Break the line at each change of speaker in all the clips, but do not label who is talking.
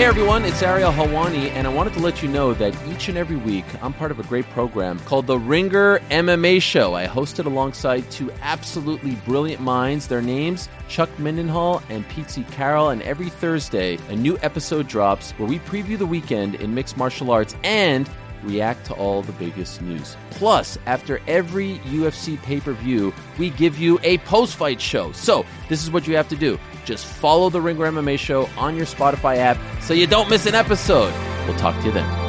Hey everyone, it's Ariel Hawani, and I wanted to let you know that each and every week I'm part of a great program called the Ringer MMA Show. I host it alongside two absolutely brilliant minds. Their names, Chuck Mindenhall and Pete C. Carroll, and every Thursday a new episode drops where we preview the weekend in mixed martial arts and react to all the biggest news. Plus, after every UFC pay per view, we give you a post fight show. So, this is what you have to do just follow the Ringer MMA show on your Spotify app so you don't miss an episode. We'll talk to you then.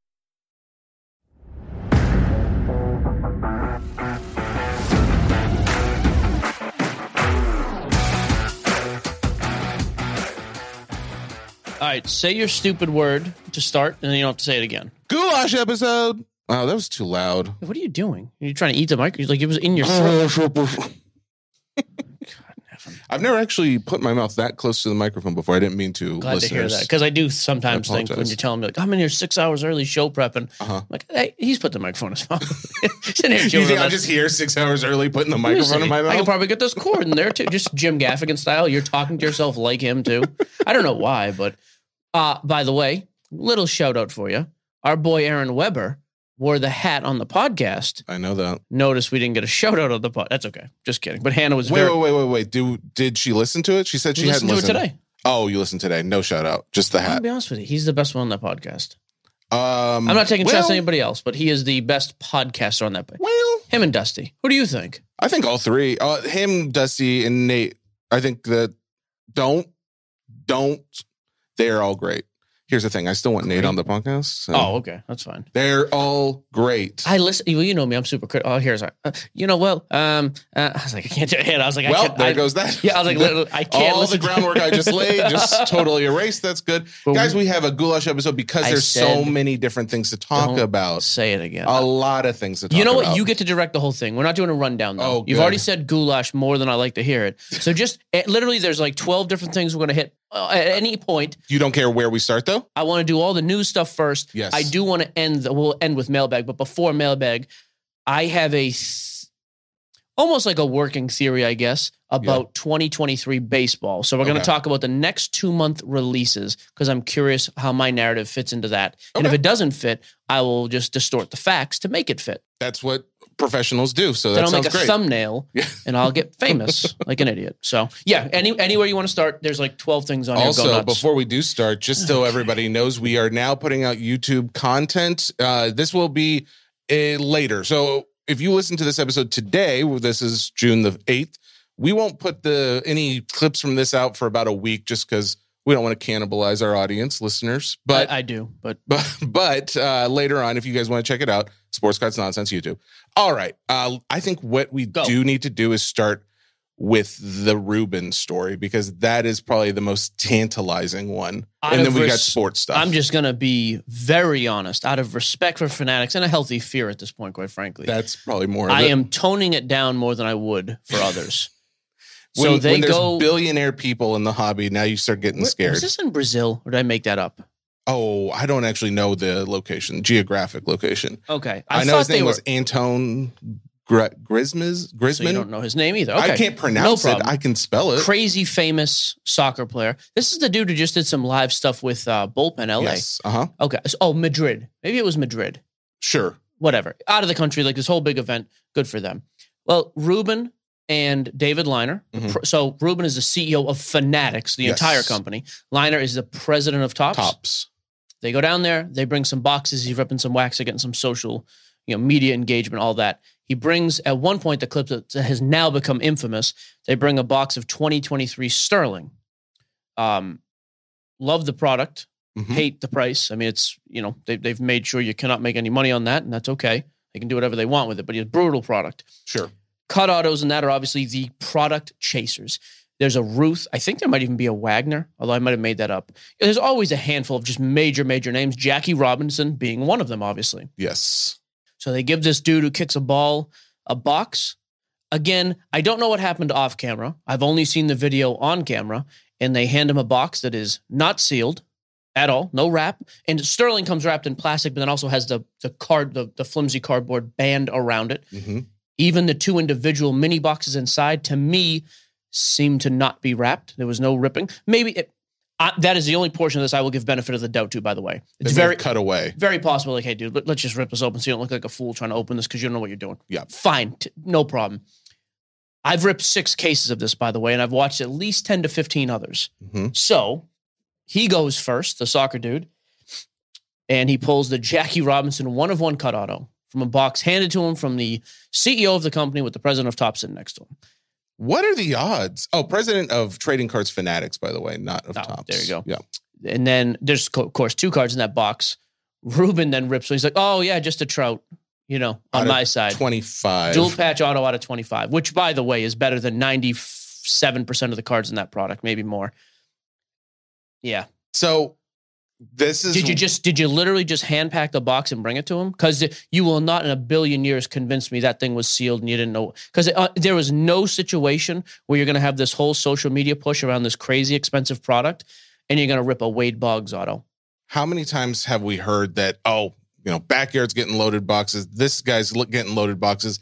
All right, say your stupid word to start, and then you don't have to say it again.
Goulash episode. Wow, that was too loud.
What are you doing? You're trying to eat the mic. Like it was in your
Uh-huh.
throat.
I've never actually put my mouth that close to the microphone before. I didn't mean to.
Glad to hear
listeners.
that because I do sometimes
I
think when
apologize.
you're telling me like I'm in here six hours early show prepping,
Uh-huh.
I'm like hey, he's put the microphone in his mouth. He's in here
You
chewing
think
on
I'm
that.
just here six hours early putting the microphone in my
I could
mouth?
probably get this cord in there too, just Jim Gaffigan style. You're talking to yourself like him too. I don't know why, but uh, by the way, little shout out for you. Our boy Aaron Weber wore the hat on the podcast.
I know that.
Notice we didn't get a shout out on the pod. That's okay. Just kidding. But Hannah was
Wait,
very.
wait, wait, wait, wait. Do did she listen to it? She said she
she listened
hadn't
to it
listened Uh,
today.
Oh, you listened today. No shout out. Just the
I'm gonna
hat.
be honest with you. He's the best one on that podcast.
Um,
I'm not taking
well,
shots at anybody else, but he is the best podcaster on that. po-
Well,
Him and Dusty. Who do you think?
I think all three. Uh, him, Dusty, and Nate. I think that don't don't. They are all great. Here's the thing. I still want Nate
Great.
on the podcast. so-
Oh, okay, that's fine.
They're all great.
I listen. Well, you know me. I'm super critical. Oh, here's. Uh, you know, well, um, uh, I was like, I can't do it. I was like, I
well,
can't,
there
I,
goes that.
Yeah, I was like, literally, I can't.
all
listen
the groundwork I just laid just totally erased. That's good,
But
guys.
we-
We have a goulash episode because
I
there's so
said-
many different things to talk
Don't
about.
Say it again.
A lot of things to talk.
you know what?
about.
You get to direct the whole thing. We're not doing a rundown though.
Oh,
You've
good.
already said goulash more than I like to hear it. So just eh, literally, there's like 12 different things we're gonna hit uh, at any point.
You don't care where we start though.
I want to do all the news stuff first.
Yes.
I do want to end. The, we'll end with mailbag, but before mailbag, I have a th- almost like a working theory, I guess, about 2023 baseball. So we're going to
Okay.
talk about the next two month releases because I'm curious how my narrative fits into that. And if
Okay.
it doesn't fit, I will just distort the facts to make it fit.
That's what professionals do. So
then
that
I'll
sounds
make a
great.
thumbnail
Yeah.
and I'll get famous like an idiot. So yeah, any anywhere you want to start, there's like 12 things on here. Go
also,
nuts.
before we do start, just so everybody knows, we are now putting out YouTube content. Uh, this will be uh, later. So if you listen to this episode today, well, this is June the eighth. We won't put the any clips from this out for about a week, just because we don't want to cannibalize our audience, listeners. But
I, I do, but
but but uh, later on, if you guys want to check it out, Sports Cuts Nonsense YouTube. All right, uh, I think what we
Go.
do need to do is start with the Ruben story because that is probably the most tantalizing one,
Out
and then
of
we got
res-
sports stuff.
I'm just going to be very honest out of respect for fanatics and a healthy fear at this point, quite frankly.
that's probably more. Of
I
it.
am toning it down more than I would for others.
When,
so they
when there's
go.
billionaire people in the hobby. Now you start getting
Where-
scared.
Was this in Brazil or did I make that up?
oh, I don't actually know the location, geographic location.
Okay.
I, know his
they
name
were-
was Antone Gr- Grismes. Grisman.
So you don't know his name either. Okay.
I can't pronounce it.
problem.
I can spell it.
Crazy famous soccer player. This is the dude who just did some live stuff with uh, Bullpen LA.
Yes. Uh huh.
Okay. So- oh, Madrid. Maybe it was Madrid.
Sure.
whatever, out of the country, like this whole big event. Good for them. Well, Ruben and David Liner.
Mhm.
Pr- So Ruben is the CEO of Fanatics, the
Yes.
entire company. Liner is the president of Tops.
Tops.
They go down there, they bring some boxes, he's ripping some wax, they're getting some social, you know, media engagement, all that. He brings at one point the clip that has now become infamous. They bring a box of 2023 Sterling. Um, love the product,
Mhm.
hate the price. I mean, it's you know they, they've made sure you cannot make any money on that, and that's okay. They can do whatever they want with it, but it's a brutal product.
Sure.
Cut autos and that are obviously the product chasers. There's a Ruth. I think there might even be a Wagner, although I might have made that up. There's always a handful of just major, major names. Jackie Robinson being one of them, obviously.
Yes.
So they give this dude who kicks a ball a box. Again, I don't know what happened off camera. I've only seen the video on camera, and they hand him a box that is not sealed at all, no wrap. And Sterling comes wrapped in plastic, but then also has the the card, the, the flimsy cardboard band around it.
hmm
Even the two individual mini boxes inside, to me, seemed to not be wrapped. There was no ripping. Maybe it, I, that is the only portion of this I will give benefit of the doubt to. By the way, it's
It's
very
very cut away.
very possible. Like, hey, dude, let, us just rip this open so you don't look like a fool trying to open this because you don't know what you're doing.
Yeah.
Fine. T- no problem. I've ripped six cases of this, by the way, and I've watched at least 10 to 15 others.
hmm
So he goes first, the soccer dude, and he pulls the Jackie Robinson one of one cut auto from a box handed to him from the CEO of the company with the president of Topson next to him.
What are the odds? Oh, president of Trading Cards Fanatics, by the way, not of
Oh,
Tops.
there you go.
Yeah.
And then there's, co- of course, two cards in that box. Ruben then rips. He's like, oh, yeah, just a trout, you know,
Out
on
of
my side.
Twenty-five.
Dual patch auto out of 25, which by the way is better than 97% of the cards in that product, maybe more. Yeah.
So this is
Did you just did you literally just hand pack the box and bring it to him? Cuz you will not in a billion years convince me that thing was sealed and you didn't know cuz uh, there was no situation where you're going to have this whole social media push around this crazy expensive product and you're going to rip a Wade Boggs auto.
how many times have we heard that oh you know backyards getting loaded boxes this guy's lo- getting loaded boxes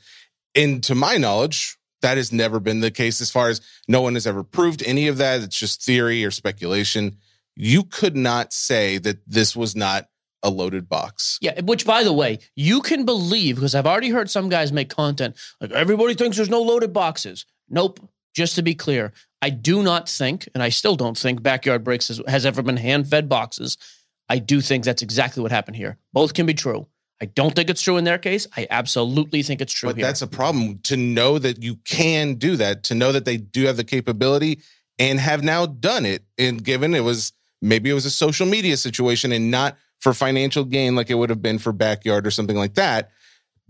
and to my knowledge that has never been the case as far as no one has ever proved any of that it's just theory or speculation you could not say that this was not a loaded box
Yeah, which by the way, you can believe because I've already heard some guys make content like everybody thinks there's no loaded boxes. Nope. Just to be clear, I do not think, and I still don't think Backyard Breaks has, has ever been hand fed boxes. I do think that's exactly what happened here. Both can be true. I don't think it's true in their case. I absolutely think it's true
but
here.
that's a problem to know that you can do that to know that they do have the capability and have now done it and given it was maybe it was a social media situation and not for financial gain like it would have been for backyard or something like that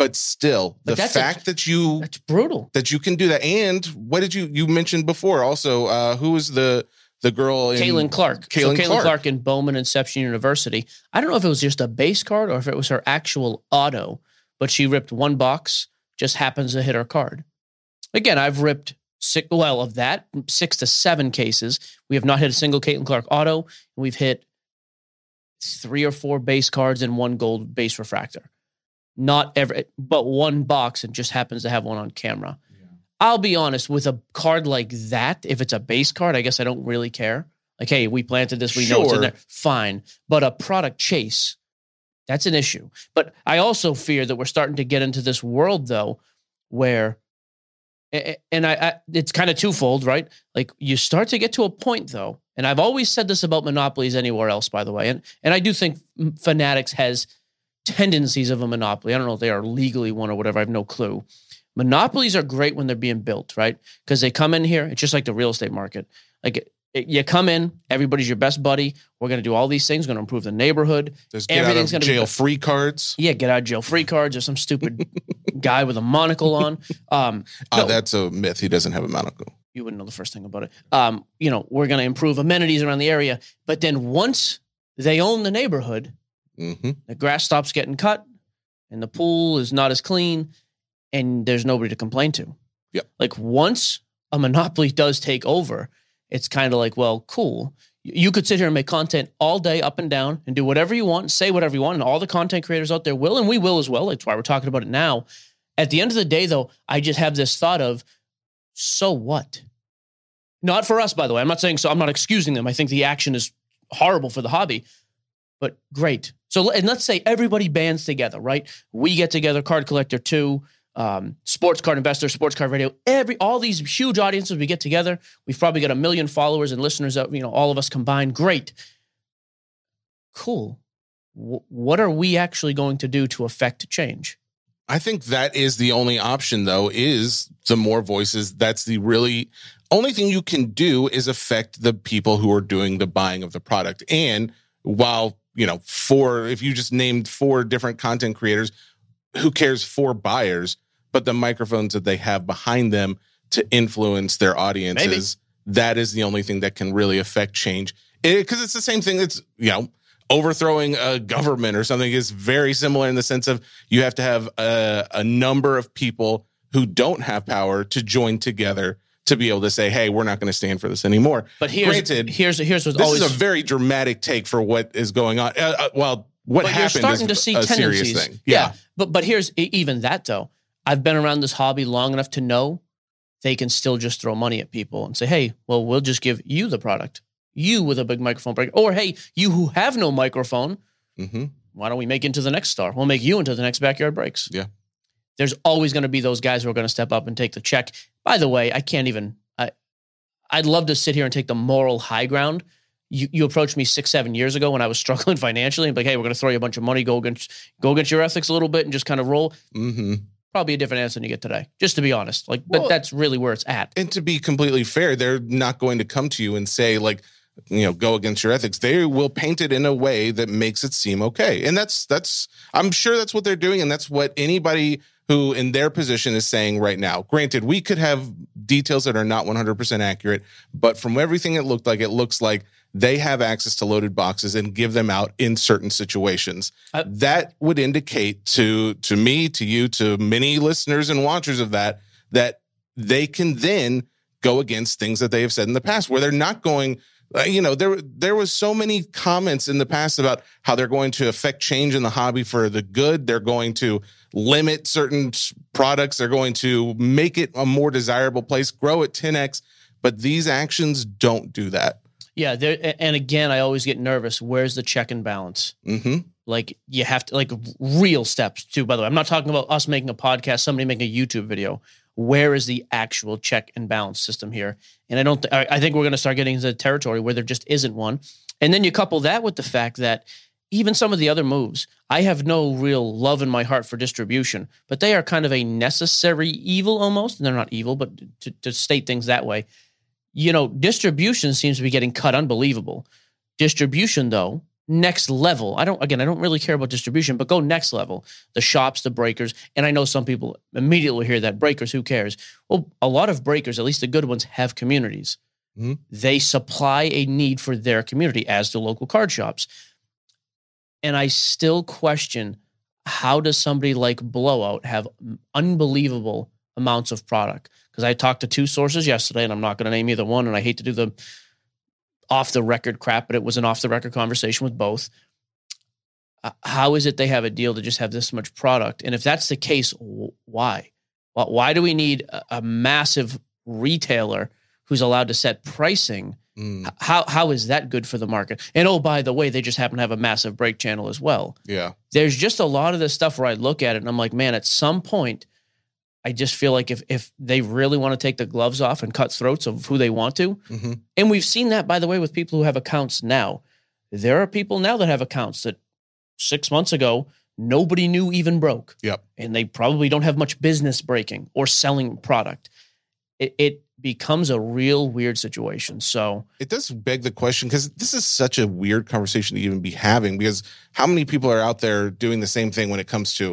but still
But
the
that's a-
fact that you
that's brutal.
that you can do that and what did you you mentioned before also uh who was the the girl in
Caitlin Clark.
Caitlin
so Caitlin
Clark.
Clark. in Bowman Inception University. I don't know if it was just a base card or if it was her actual auto, but she ripped one box, just happens to hit her card. Again, I've ripped six well of that, six to seven cases. We have not hit a single Caitlin Clark auto, and we've hit three or four base cards and one gold base refractor. Not every but one box and just happens to have one on camera. I'll be honest, with a card like that, if it's a base card, I guess I don't really care. Like, hey, we planted this, we know it's in
Sure.
there. Fine. But a product chase, that's an issue. But I also fear that we're starting to get into this world though, where a- a- and I, I it's kind of twofold, right? Like you start to get to a point though, and I've always said this about monopolies anywhere else, by the way, and and I do think Fanatics has tendencies of a monopoly. I don't know if they are legally one or whatever. I have no clue. Monopolies are great when they're being built, right? Because they come in here. It's just like the real estate market. Like it- it- you come in, everybody's your best buddy. We're going to do all these things. Going to improve the neighborhood.
there's get out
everything's
of
gonna be
jail
good.
free cards
Yeah, get out of jail free cards or some stupid guy with a monocle on. Um,
uh,
no,
that's a myth he doesn't have a monocle
you wouldn't know the first thing about it. Um, you know, we're going to improve amenities around the area. But then once they own the neighborhood,
hmm
the grass stops getting cut and the pool is not as clean and there's nobody to complain to.
Yep.
Like once a monopoly does take over, it's kind of like, well, cool. Y- You could sit here and make content all day up and down and do whatever you want, say whatever you want, and all the content creators out there will and we will as well. That's why we're talking about it now. At the end of the day though, I just have this thought of so what? Not for us by the way. I'm not saying so I'm not excusing them. I think the action is horrible for the hobby but great. So and let's say everybody bands together, right? We get together, card collector two, um, sports card investor, sports card radio, every all these huge audiences we get together. We've probably got a million followers and listeners out, you know, all of us combined. Great. Cool. Wh- what are we actually going to do to affect change?
I think that is the only option, though, is the more voices. That's the really only thing you can do is affect the people who are doing the buying of the product. And while, you know, four, if you just named four different content creators, who cares four buyers, but the microphones that they have behind them to influence their audiences, that is the only thing that can really affect change. Because it's the same thing that's, you know, overthrowing a government or something is very similar in the sense of you have to have a, a number of people who don't have power to join together to be able to say, "Hey, we're not going to stand for this anymore."
But here's
Granted,
here's here's what's
This
always
is a very dramatic take for what is going on. Uh, uh, well, what
but
happened
you're starting
is
to see
a
tendencies.
serious thing.
Yeah. but but here's e- even that though. I've been around this hobby long enough to know they can still just throw money at people and say, "Hey, well, we'll just give you the product, you with a big microphone break, or hey, you who have no microphone,
Mm-hmm.
why don't we make into the next star? We'll make you into the next backyard breaks."
Yeah.
there's always going to be those guys who are going to step up and take the check. By the way, I can't even. I, I'd love to sit here and take the moral high ground. You, you approached me six, seven years ago when I was struggling financially and be like, hey, we're going to throw you a bunch of money, go against, go against your ethics a little bit and just kind of roll.
Mm-hmm.
Probably a different answer than you get today, just to be honest. Like, but
Well-
that's really where it's at.
And to be completely fair, they're not going to come to you and say like, you know, go against your ethics. They will paint it in a way that makes it seem okay. And that's that's I'm sure that's what they're doing and that's what anybody who in their position is saying right now. Granted, we could have details that are not 100% accurate, but from everything it looked like, it looks like they have access to loaded boxes and give them out in certain situations.
I-
that would indicate to to me, to you, to many listeners and watchers of that that they can then go against things that they have said in the past where they're not going uh, you know there there was so many comments in the past about how they're going to affect change in the hobby for the good they're going to limit certain s- products they're going to make it a more desirable place grow at 10x but these actions don't do that
Yeah. There, and again, I always get nervous. Where's the check and balance?
hmm
Like, you have to, like, real steps, too, by the way. I'm not talking about us making a podcast, somebody making a YouTube video. Where is the actual check and balance system here? And I don't, th- I I think we're going to start getting into the territory where there just isn't one. And then you couple that with the fact that even some of the other moves, I have no real love in my heart for distribution, but they are kind of a necessary evil almost. And they're not evil, but to, to state things that way, you know, distribution seems to be getting cut unbelievable. Distribution, though, next level. I don't, again, I don't really care about distribution, but go next level. The shops, the breakers. And I know some people immediately hear that breakers, who cares? Well, a lot of breakers, at least the good ones, have communities.
Mhm.
They supply a need for their community, as do local card shops. And I still question how does somebody like Blowout have unbelievable amounts of product? because I talked to two sources yesterday, and I'm not going to name either one, and I hate to do the off the record crap, but it was an off the record conversation with both. Uh, How is it they have a deal to just have this much product? And if that's the case, wh- why? Why- Why do we need a, a massive retailer who's allowed to set pricing?
Mm, Hmm.
H- How how is that good for the market? And oh, by the way, they just happen to have a massive break channel as well
yeah
there's just a lot of this stuff where I look at it and I'm like, man, at some point, I just feel like if if they really want to take the gloves off and cut throats of who they want to,
hmm
and we've seen that by the way with people who have accounts now. There are people now that have accounts that six months ago nobody knew even broke.
Yep.
And they probably don't have much business breaking or selling product. It, it becomes a real weird situation. So
it does beg the question because this is such a weird conversation to even be having because how many people are out there doing the same thing when it comes to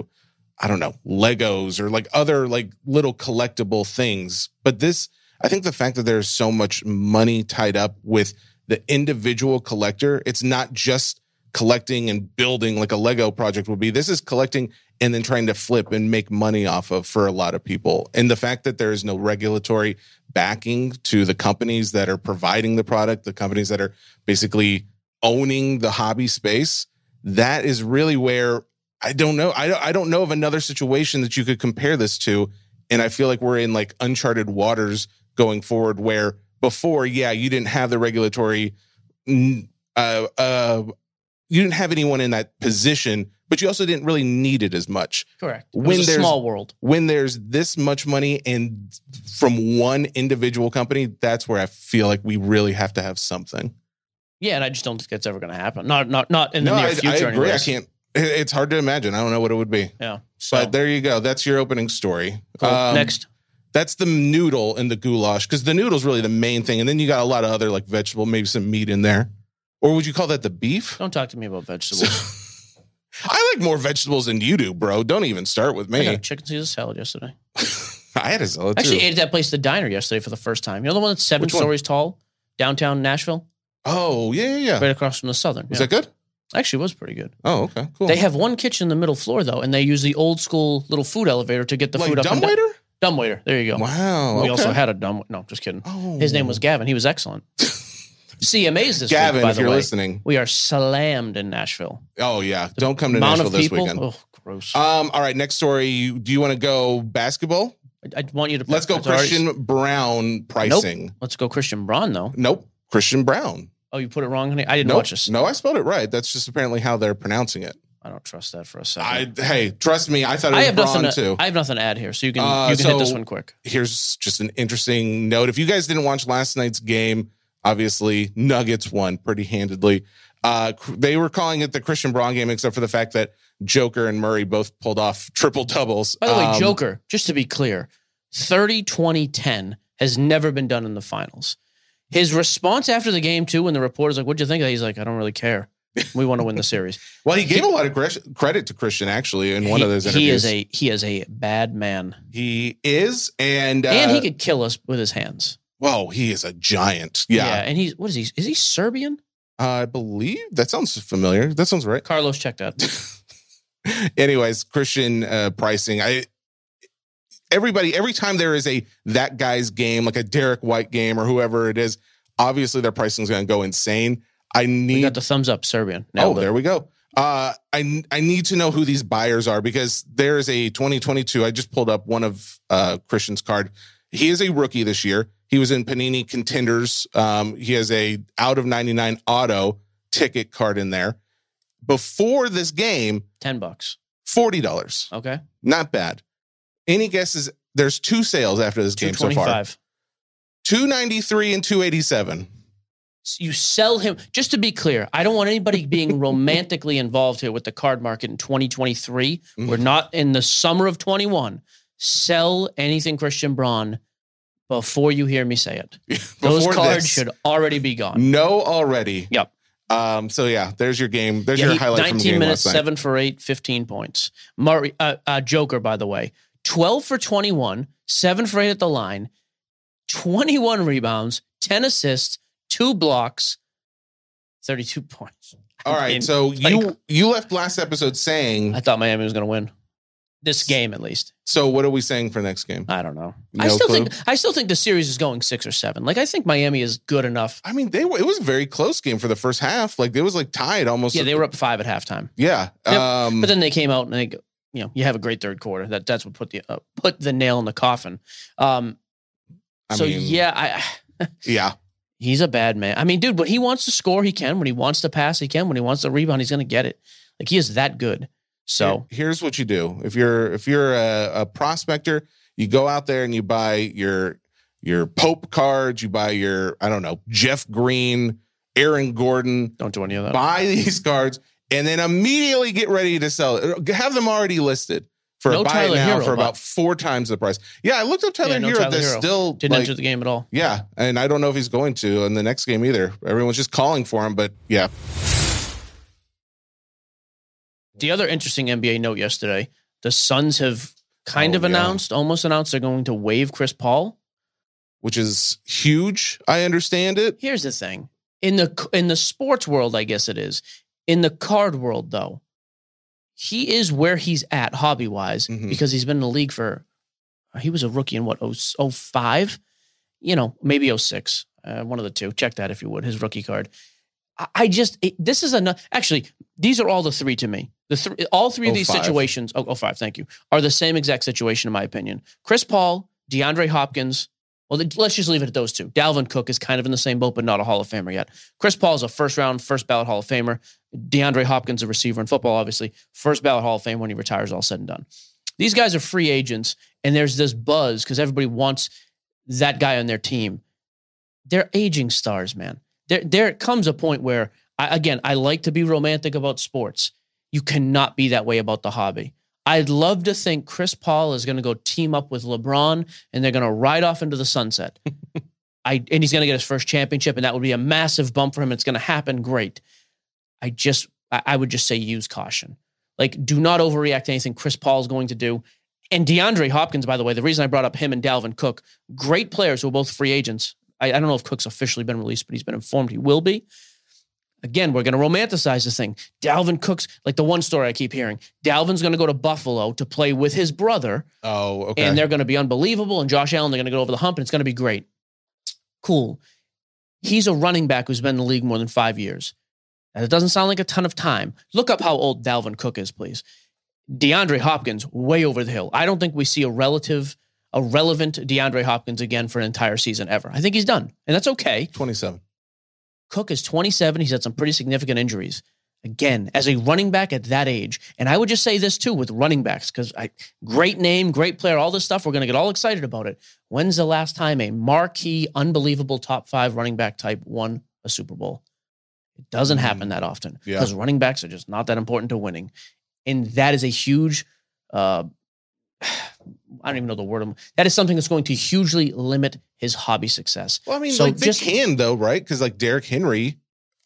i don't know legos or like other like little collectible things but this i think the fact that there's so much money tied up with the individual collector it's not just collecting and building like a lego project would be this is collecting and then trying to flip and make money off of for a lot of people and the fact that there is no regulatory backing to the companies that are providing the product, the companies that are basically owning the hobby space. That is really where I don't know. I don't, I don't know of another situation that you could compare this to. And I feel like we're in like uncharted waters going forward where before, yeah, you didn't have the regulatory, mm, uh, uh, you didn't have anyone in that position, but you also didn't really need it as much.
Correct.
When
When
there's-
small world.
When there's this much money and from one individual company, that's where I feel like we really have to have something.
Yeah, and I just don't think that's ever going to happen. Not not not in the near
I,
future.
I agree. I
anyways.
can't. it- It's hard to imagine. I don't know what it would be.
Yeah. So
But there you go. That's your opening story.
cool.
Um,
next,
That's the noodle and the goulash because the noodle's really the main thing, and then you got a lot of other like vegetable, maybe some meat in there, or would you call that the beef?
don't talk to me about vegetables.
I like more vegetables than you do, bro. Don't even start with
I got
me.
a chicken Caesar salad yesterday.
I had a salad
I
too.
actually ate at that place, the diner, yesterday for the first time. You know the one that's seven
Which one?
stories tall, downtown Nashville,
oh yeah, yeah. yeah.
right across from the Southern.
Was
Yeah.
that good?
Actually, it was pretty good.
Oh okay, cool.
They have one kitchen in the middle floor though, and they use the old school little food elevator to get the
like
food up. and down-
dumbwaiter.
Dumbwaiter. There you go.
Wow.
We
okay.
also had a dumb. No, just kidding.
Oh.
His name was Gavin. He was excellent. CMA's this
Gavin.
week, by
if
the
you're
way.
listening,
We are slammed in Nashville.
oh yeah, don't come to
Amount
Nashville
of
this
people.
weekend.
Oh, gross.
Um, all right, next story. You, do you want to go basketball?
I, I want you to.
Let's go
it's already-
Christian Brown pricing.
let's go Christian Braun though.
Nope. Christian Brown.
Oh, you put it wrong, honey. I didn't
Nope.
watch this.
No, I spelled it right. That's just apparently how they're pronouncing it.
I don't trust that for a second.
I hey, trust me, I thought
I
it
have
was Braun
nothing. To,
too.
I have nothing to add here, so you can
Uh,
you can hit this
so-
one quick.
Here's just an interesting note. If you guys didn't watch last night's game, obviously Nuggets won pretty handedly. Uh, they were calling it the Christian Braun game, except for the fact that Joker and Murray both pulled off triple doubles.
By the way,
Um,
Joker, just to be clear, 30 20 10 has never been done in the finals. His response after the game, too, when the reporter's like, What'd you think? of that?" He's like, I don't really care. We want to win the series.
Well, he gave a lot of cre- credit to Christian actually in one
he,
of those
He
interviews.
is a he is a bad man.
he is, and uh,
and he could kill us with his hands.
Whoa, he is a giant. Yeah.
And he's what is he? Is he Serbian?
I believe that sounds familiar. That sounds right.
Carlos, check that.
Anyways, Christian uh, pricing. I everybody every time there is a that guy's game, like a Derek White game or whoever it is, obviously their pricing is going to go insane. I
We
need
got the thumbs up, Serbian.
Oh,
Nailed it.
there we go. Uh, I I need to know who these buyers are because there is a 2022. I just pulled up one of uh, Christian's card. He is a rookie this year. He was in Panini Contenders. Um, he has a out of 99 auto ticket card in there. Before this game,
ten bucks.
forty dollars.
Okay.
Not bad. Any guesses? There's two sales after this
Two
game so
twenty
far.
five.
293 and 287.
you sell him just to be clear i don't want anybody being romantically involved here with the card market in 2023
Mm-hmm.
we're not in the summer of 21 sell anything christian braun before you hear me say it those
Before
cards
this.
should already be gone
No already.
Yep.
Um, so yeah, there's your game. There's
Yeah,
your
he-
highlight from the
19
game
minutes
last night.
7 for 8 15 points Murray, uh, uh, joker by the way 12 for 21 7 for 8 at the line 21 rebounds 10 assists 2 blocks 32 points
All
I
right,
mean,
so
like-
you you left last episode saying.
I thought Miami was going to win this game at least.
So what are we saying for next game?
I don't know. I
No
still
clue.
think I still think the series is going six or seven. Like I think Miami is good enough.
I mean, they were, it was a very close game for the first half. Like it was like tied almost.
Yeah, they were up five at halftime,
Yeah.
Yep.
Um,
but then they came out and they, go- you know, you have a great third quarter. That that's what put the uh, put the nail in the coffin. Um,
I
so
mean,
yeah, I.
yeah.
He's a bad man. I mean, dude, when he wants to score, he can. When he wants to pass, he can. When he wants to rebound, he's going to get it. Like he is that good. So
Here- here's what you do if you're if you're a, a prospector, you go out there and you buy your your Pope cards, you buy your I don't know Jeff Green, Aaron Gordon.
don't do any of that.
buy these cards and then immediately get ready to sell it. Have them already listed for
No
buy
Tyler
it now
Hero,
for
but-
about four times the price. Yeah, I looked up Tyler
Yeah, no
Hero.
Tyler
They're
Hero.
still
Didn't
like,
enter the game at all.
yeah, and I don't know if he's going to in the next game either. Everyone's just calling for him, but yeah,
The other interesting NBA note yesterday, the Suns have kind
Oh,
of
yeah.
announced, almost announced they're going to waive Chris Paul.
which is huge. I understand it.
Here's the thing. In the in the sports world, I guess it is. In the card world though, he is where he's at hobby-wise
Mhm.
because he's been in the league for he was a rookie in what 0- 05? You know, maybe 06. Uh, one of the two. Check that if you would, his rookie card. I, I just it- this is another actually these are all the three to me. The three, all three of these
05.
situations, oh, oh, 05, thank you, are the same exact situation in my opinion. Chris Paul, DeAndre Hopkins, Well, th- let's just leave it at those two. Dalvin Cook is kind of in the same boat, but not a Hall of Famer yet. Chris Paul is a first round, first ballot Hall of Famer. DeAndre Hopkins, a receiver in football, obviously, first ballot Hall of Fame when he retires, all said and done. These guys are free agents, and there's this buzz because everybody wants that guy on their team. They're aging stars, man. There, there comes a point where, I, again, I like to be romantic about sports. You cannot be that way about the hobby. I'd love to think Chris Paul is going to go team up with LeBron and they're going to ride off into the sunset. I and he's going to get his first championship and that would be a massive bump for him. It's going to happen. Great. I just I, I would just say use caution. Like do not overreact to anything Chris Paul is going to do. And DeAndre Hopkins, by the way, the reason I brought up him and Dalvin Cook, great players who are both free agents. I, I don't know if Cook's officially been released, but he's been informed he will be again, we're going to romanticize this thing. Dalvin Cook's like the one story I keep hearing. Dalvin's going to go to Buffalo to play with his brother,
Oh, okay.
and they're going to be unbelievable. And Josh Allen, they're going to go over the hump, and it's going to be great. Cool. He's a running back who's been in the league more than five years. And it doesn't sound like a ton of time. Look up how old Dalvin Cook is, please. DeAndre Hopkins, way over the hill. I don't think we see a relative, a relevant DeAndre Hopkins again for an entire season ever. I think he's done, and that's okay.
27.
Cook is 27. He's had some pretty significant injuries. Again, as a running back at that age, and I would just say this too with running backs because I great name, great player, all this stuff. We're going to get all excited about it. When's the last time a marquee, unbelievable top five running back type won a Super Bowl? It doesn't happen that often
Mm-hmm. Yeah.
because running backs are just not that important to winning, and that is a huge. Uh, I don't even know the word. I'm- That is something that's going to hugely limit his hobby success.
Well, I mean,
So
like they
just-
can though, right? Because like Derrick Henry,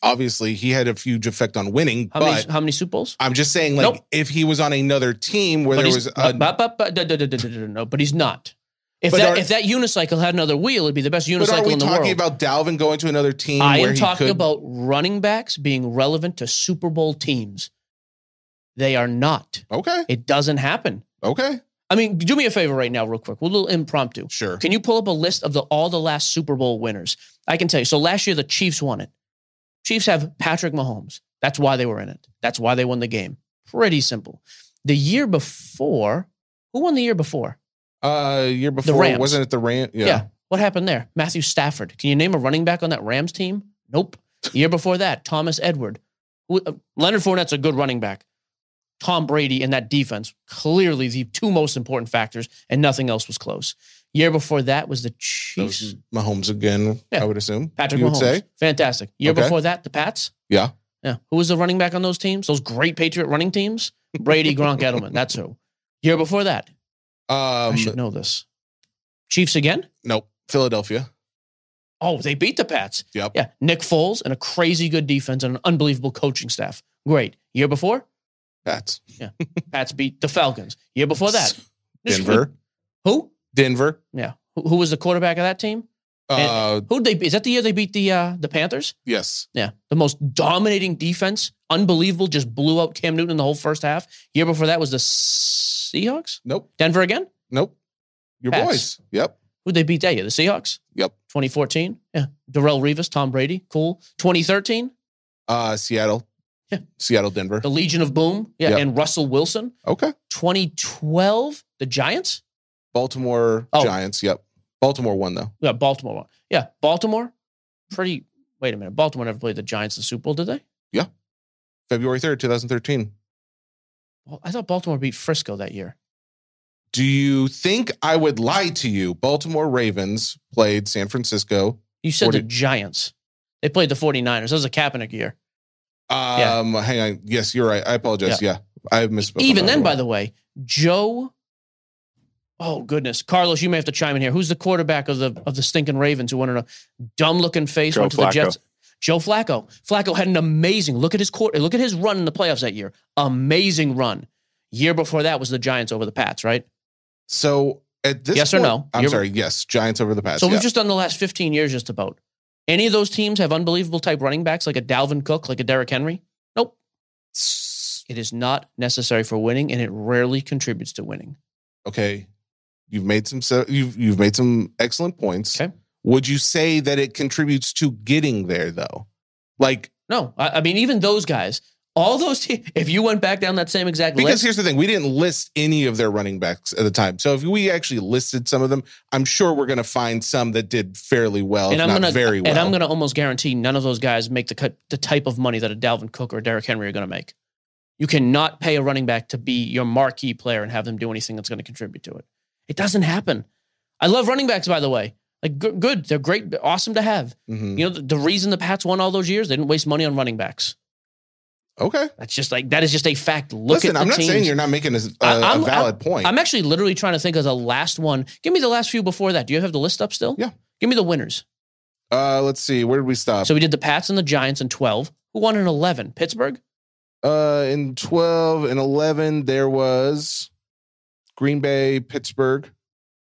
obviously he had a huge effect on winning,
How
but
many? How many Super Bowls?
I'm just saying, like,
Nope.
if he was on another team where
but
there
he's-
was a,
but- but- but- da- da- da- da- da- da- no, but he's not. If
But
that
are-
if that unicycle had another wheel, it'd be the best
but are
unicycle
we
in the
talking
world.
about Dalvin going to another team?
I
where
am
he
talking
could-
about running backs being relevant to Super Bowl teams. They are not.
Okay,
It doesn't happen.
okay,
I mean, do me a favor right now, real quick. We'll do a little impromptu.
sure.
Can you pull up a list of the all the last Super Bowl winners? I can tell you. So last year the Chiefs won it. Chiefs have Patrick Mahomes. That's why they were in it. That's why they won the game. Pretty simple. The year before, who won the year before?
Uh, year before,
Rams.
wasn't it the Rams? Yeah.
What happened there? Matthew Stafford. Can you name a running back on that Rams team? Nope. The year before that, Thomas Edward. Who- uh, Leonard Fournette's a good running back. Tom Brady and that defense, clearly the two most important factors, and nothing else was close. Year before that was the
That
Chiefs.
was Mahomes again.
Yeah.
I would assume
Patrick
you
Mahomes.
would say.
Fantastic. Year
Okay.
before that, the Pats.
Yeah.
Yeah. Who was the running back on those teams? Those great Patriot running teams? Brady, Gronk, Edelman. That's who. Year before that, I should
Um,
know this. Chiefs again?
nope, Philadelphia.
Oh, they beat the Pats.
Yep.
Yeah. Nick Foles and a crazy good defense and an unbelievable coaching staff. Great. Year before,
Pats.
Pats beat the Falcons. Year before that, Just-
Denver.
Who?
Denver.
Yeah. Who, who was the quarterback of that team?
Uh,
Who they? Is that the year they beat the uh, the Panthers?
yes.
Yeah. The most dominating defense, unbelievable, just blew out Cam Newton in the whole first half. Year before that was the Seahawks.
Nope.
Denver again.
Nope. Your
Pats.
boys. Yep.
Who they beat that year? The Seahawks.
Yep.
2014. Yeah. Darrell Rivas, Tom Brady. Cool. 2013.
Uh, Seattle.
Yeah.
Seattle. Denver.
The Legion of Boom. Yeah.
Yep.
And Russell Wilson.
Okay.
2012, the Giants?
Baltimore
Oh.
Giants. Yep. Baltimore won though.
Yeah, Baltimore won. Yeah, Baltimore. Pretty. Wait a minute. Baltimore never played the Giants in the Super Bowl, did they?
February third, two thousand thirteen.
Well, I thought Baltimore beat Frisco that year.
Do you think I would lie to you? Baltimore Ravens played San Francisco.
You said the
Forty-
Giants. They played the 49ers. That was a Kaepernick year.
Um, hang on. Yes, you're right. I apologize. Yeah, I misspoke.
Even then, by the way, Joe. Oh goodness, Carlos, you may have to chime in here. Who's the quarterback of the of the stinking Ravens who went on a dumb looking face
Joe
went to the
Flacco.
Jets? Joe Flacco. Flacco had an amazing look at his court. Look at his run in the playoffs that year. Amazing run. Year before that was the Giants over the Pats, right?
so at this
Yes or
point-
no?
I'm
You're-
sorry. Yes, Giants over the Pats.
So
yeah.
we've just done the last 15 years just about. Any of those teams have unbelievable type running backs like a Dalvin Cook, like a Derrick Henry? Nope. It is not necessary for winning and it rarely contributes to winning.
okay. You've made some. So you've you've made some excellent points.
Okay.
Would you say that it contributes to getting there though? Like
No, I, I mean, even those guys, all those te- if you went back down that same exact
Because
list,
here's the thing, we didn't list any of their running backs at the time. So if we actually listed some of them, I'm sure we're going to find some that did fairly well,
and
if
I'm
not
gonna
very well.
and I'm gonna almost guarantee none of those guys make the cut the type of money that a Dalvin Cook or a Derrick Henry are gonna make. You cannot pay a running back to be your marquee player and have them do anything that's gonna contribute to it. It doesn't happen. I love running backs, by the way. Like g- good, they're great, awesome to have.
Mhm.
You know the, the reason the Pats won all those years, they didn't waste money on running backs.
Okay.
That's just like that is just a fact. Look at
Listen,
the
I'm not
teams.
saying you're not making a, a-
I-
a
I'm-
valid point.
I'm actually literally trying to think of the last one. Give me the last few before that. Do you have the list up still?
Yeah.
Give me the winners.
uh, let's see. Where did we stop?
So we did the Pats and the Giants in 12. Who won in 11? Pittsburgh?
uh, in 12 and 11, there was Green Bay, Pittsburgh.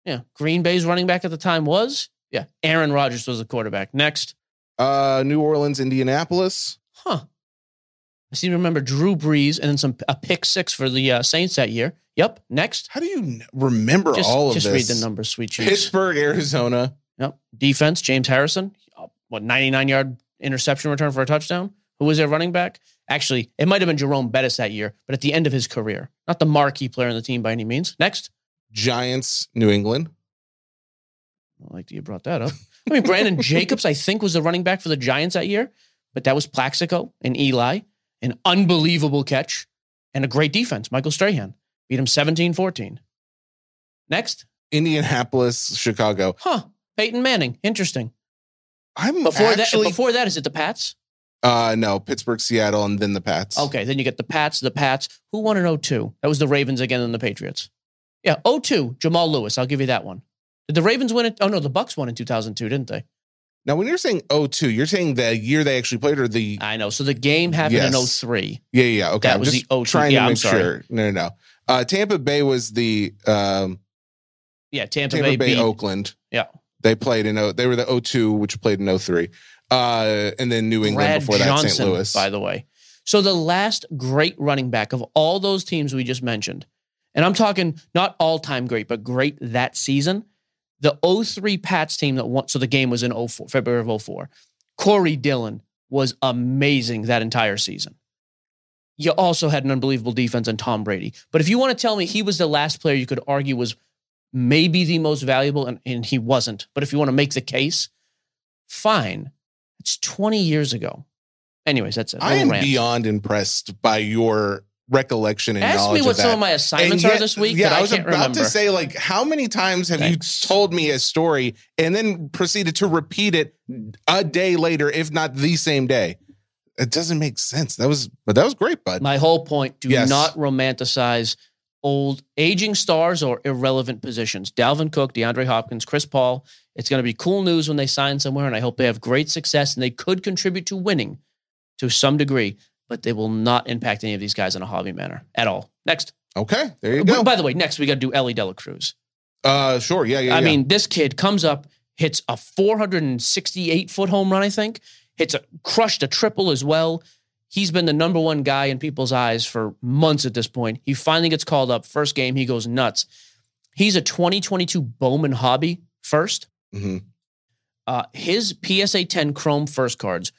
Yeah. Green Bay's running back at the time was? Yeah. Aaron Rodgers was the quarterback. Next.
Uh, New Orleans, Indianapolis.
Huh. I seem to remember Drew Brees and then some a pick six for the uh, Saints that year. Yep. Next.
How do you n- remember
Just,
all of
just
this?
read the numbers, sweet cheeks.
Pittsburgh, Arizona.
Yep. Defense, James Harrison. Uh, What, 99 yard interception return for a touchdown? Who was their running back? Actually, it might have been Jerome Bettis that year, but at the end of his career, not the marquee player on the team by any means. Next.
Giants, New England.
I like that you brought that up. I mean, Brandon Jacobs, I think, was the running back for the Giants that year, but that was Plaxico and Eli. An unbelievable catch and a great defense. Michael Strahan beat him 17 14. Next.
Indianapolis, Chicago.
Huh. Peyton Manning. Interesting.
I'm
Before
actually
that, before that, is it the Pats?
Uh, no, Pittsburgh, Seattle, and then the Pats.
Okay, then you get the Pats, the Pats. Who won in 02? That was the Ravens again and the Patriots. Yeah, 02, Jamal Lewis. I'll give you that one. Did the Ravens win it? Oh, no, the Bucks won in 2002, didn't they?
Now, when you're saying 02, you're saying the year they actually played or the.
I know. So the game happened in
Yes.
03.
Yeah, yeah, okay.
that
I'm
was
just
the 02.
trying
Yeah,
to
I'm
make
sorry.
sure. No, no, no. Uh, Tampa Bay was the um,
Yeah, Tampa,
Tampa
Bay,
Bay,
beat.
Oakland.
Yeah.
They played in O. They were the 02, which played in 03. Uh, and then New England
Brad
before that,
Johnson,
St. Louis.
by the way. So the last great running back of all those teams we just mentioned, and I'm talking not all time great, but great that season, the 03 Pats team that won. So the game was in 04, February of 04. Corey Dillon was amazing that entire season. You also had an unbelievable defense in Tom Brady. But if you want to tell me he was the last player you could argue was maybe the most valuable, and, and he wasn't, but if you want to make the case, fine. It's 20 years ago. Anyways, that's it.
I am
Rant.
beyond impressed by your recollection and
Ask
knowledge
me
of
what
that.
some of my assignments
And
are
yet-
this week
Yeah,
that I,
I was
can't
about
remember.
to say, like, how many times have
Thanks.
you told me a story and then proceeded to repeat it a day later, if not the same day? It doesn't make sense. That was, but that was great, bud.
My whole point: do
Yes.
not romanticize old aging stars or irrelevant positions. Dalvin Cook, DeAndre Hopkins, Chris Paul. It's going to be cool news when they sign somewhere, and I hope they have great success and they could contribute to winning to some degree, but they will not impact any of these guys in a hobby manner at all. Next,
okay, there you go.
by the way, next we got to do Ellie Dela Cruz.
Uh, sure, yeah, yeah.
I
yeah.
mean, this kid comes up, hits a 468 foot home run, I think, hits a crushed a triple as well. He's been the number one guy in people's eyes for months at this point. He finally gets called up. First game, he goes nuts. He's a 2022 Bowman hobby first.
Mhm.
Uh, his PSA 10 Chrome first cards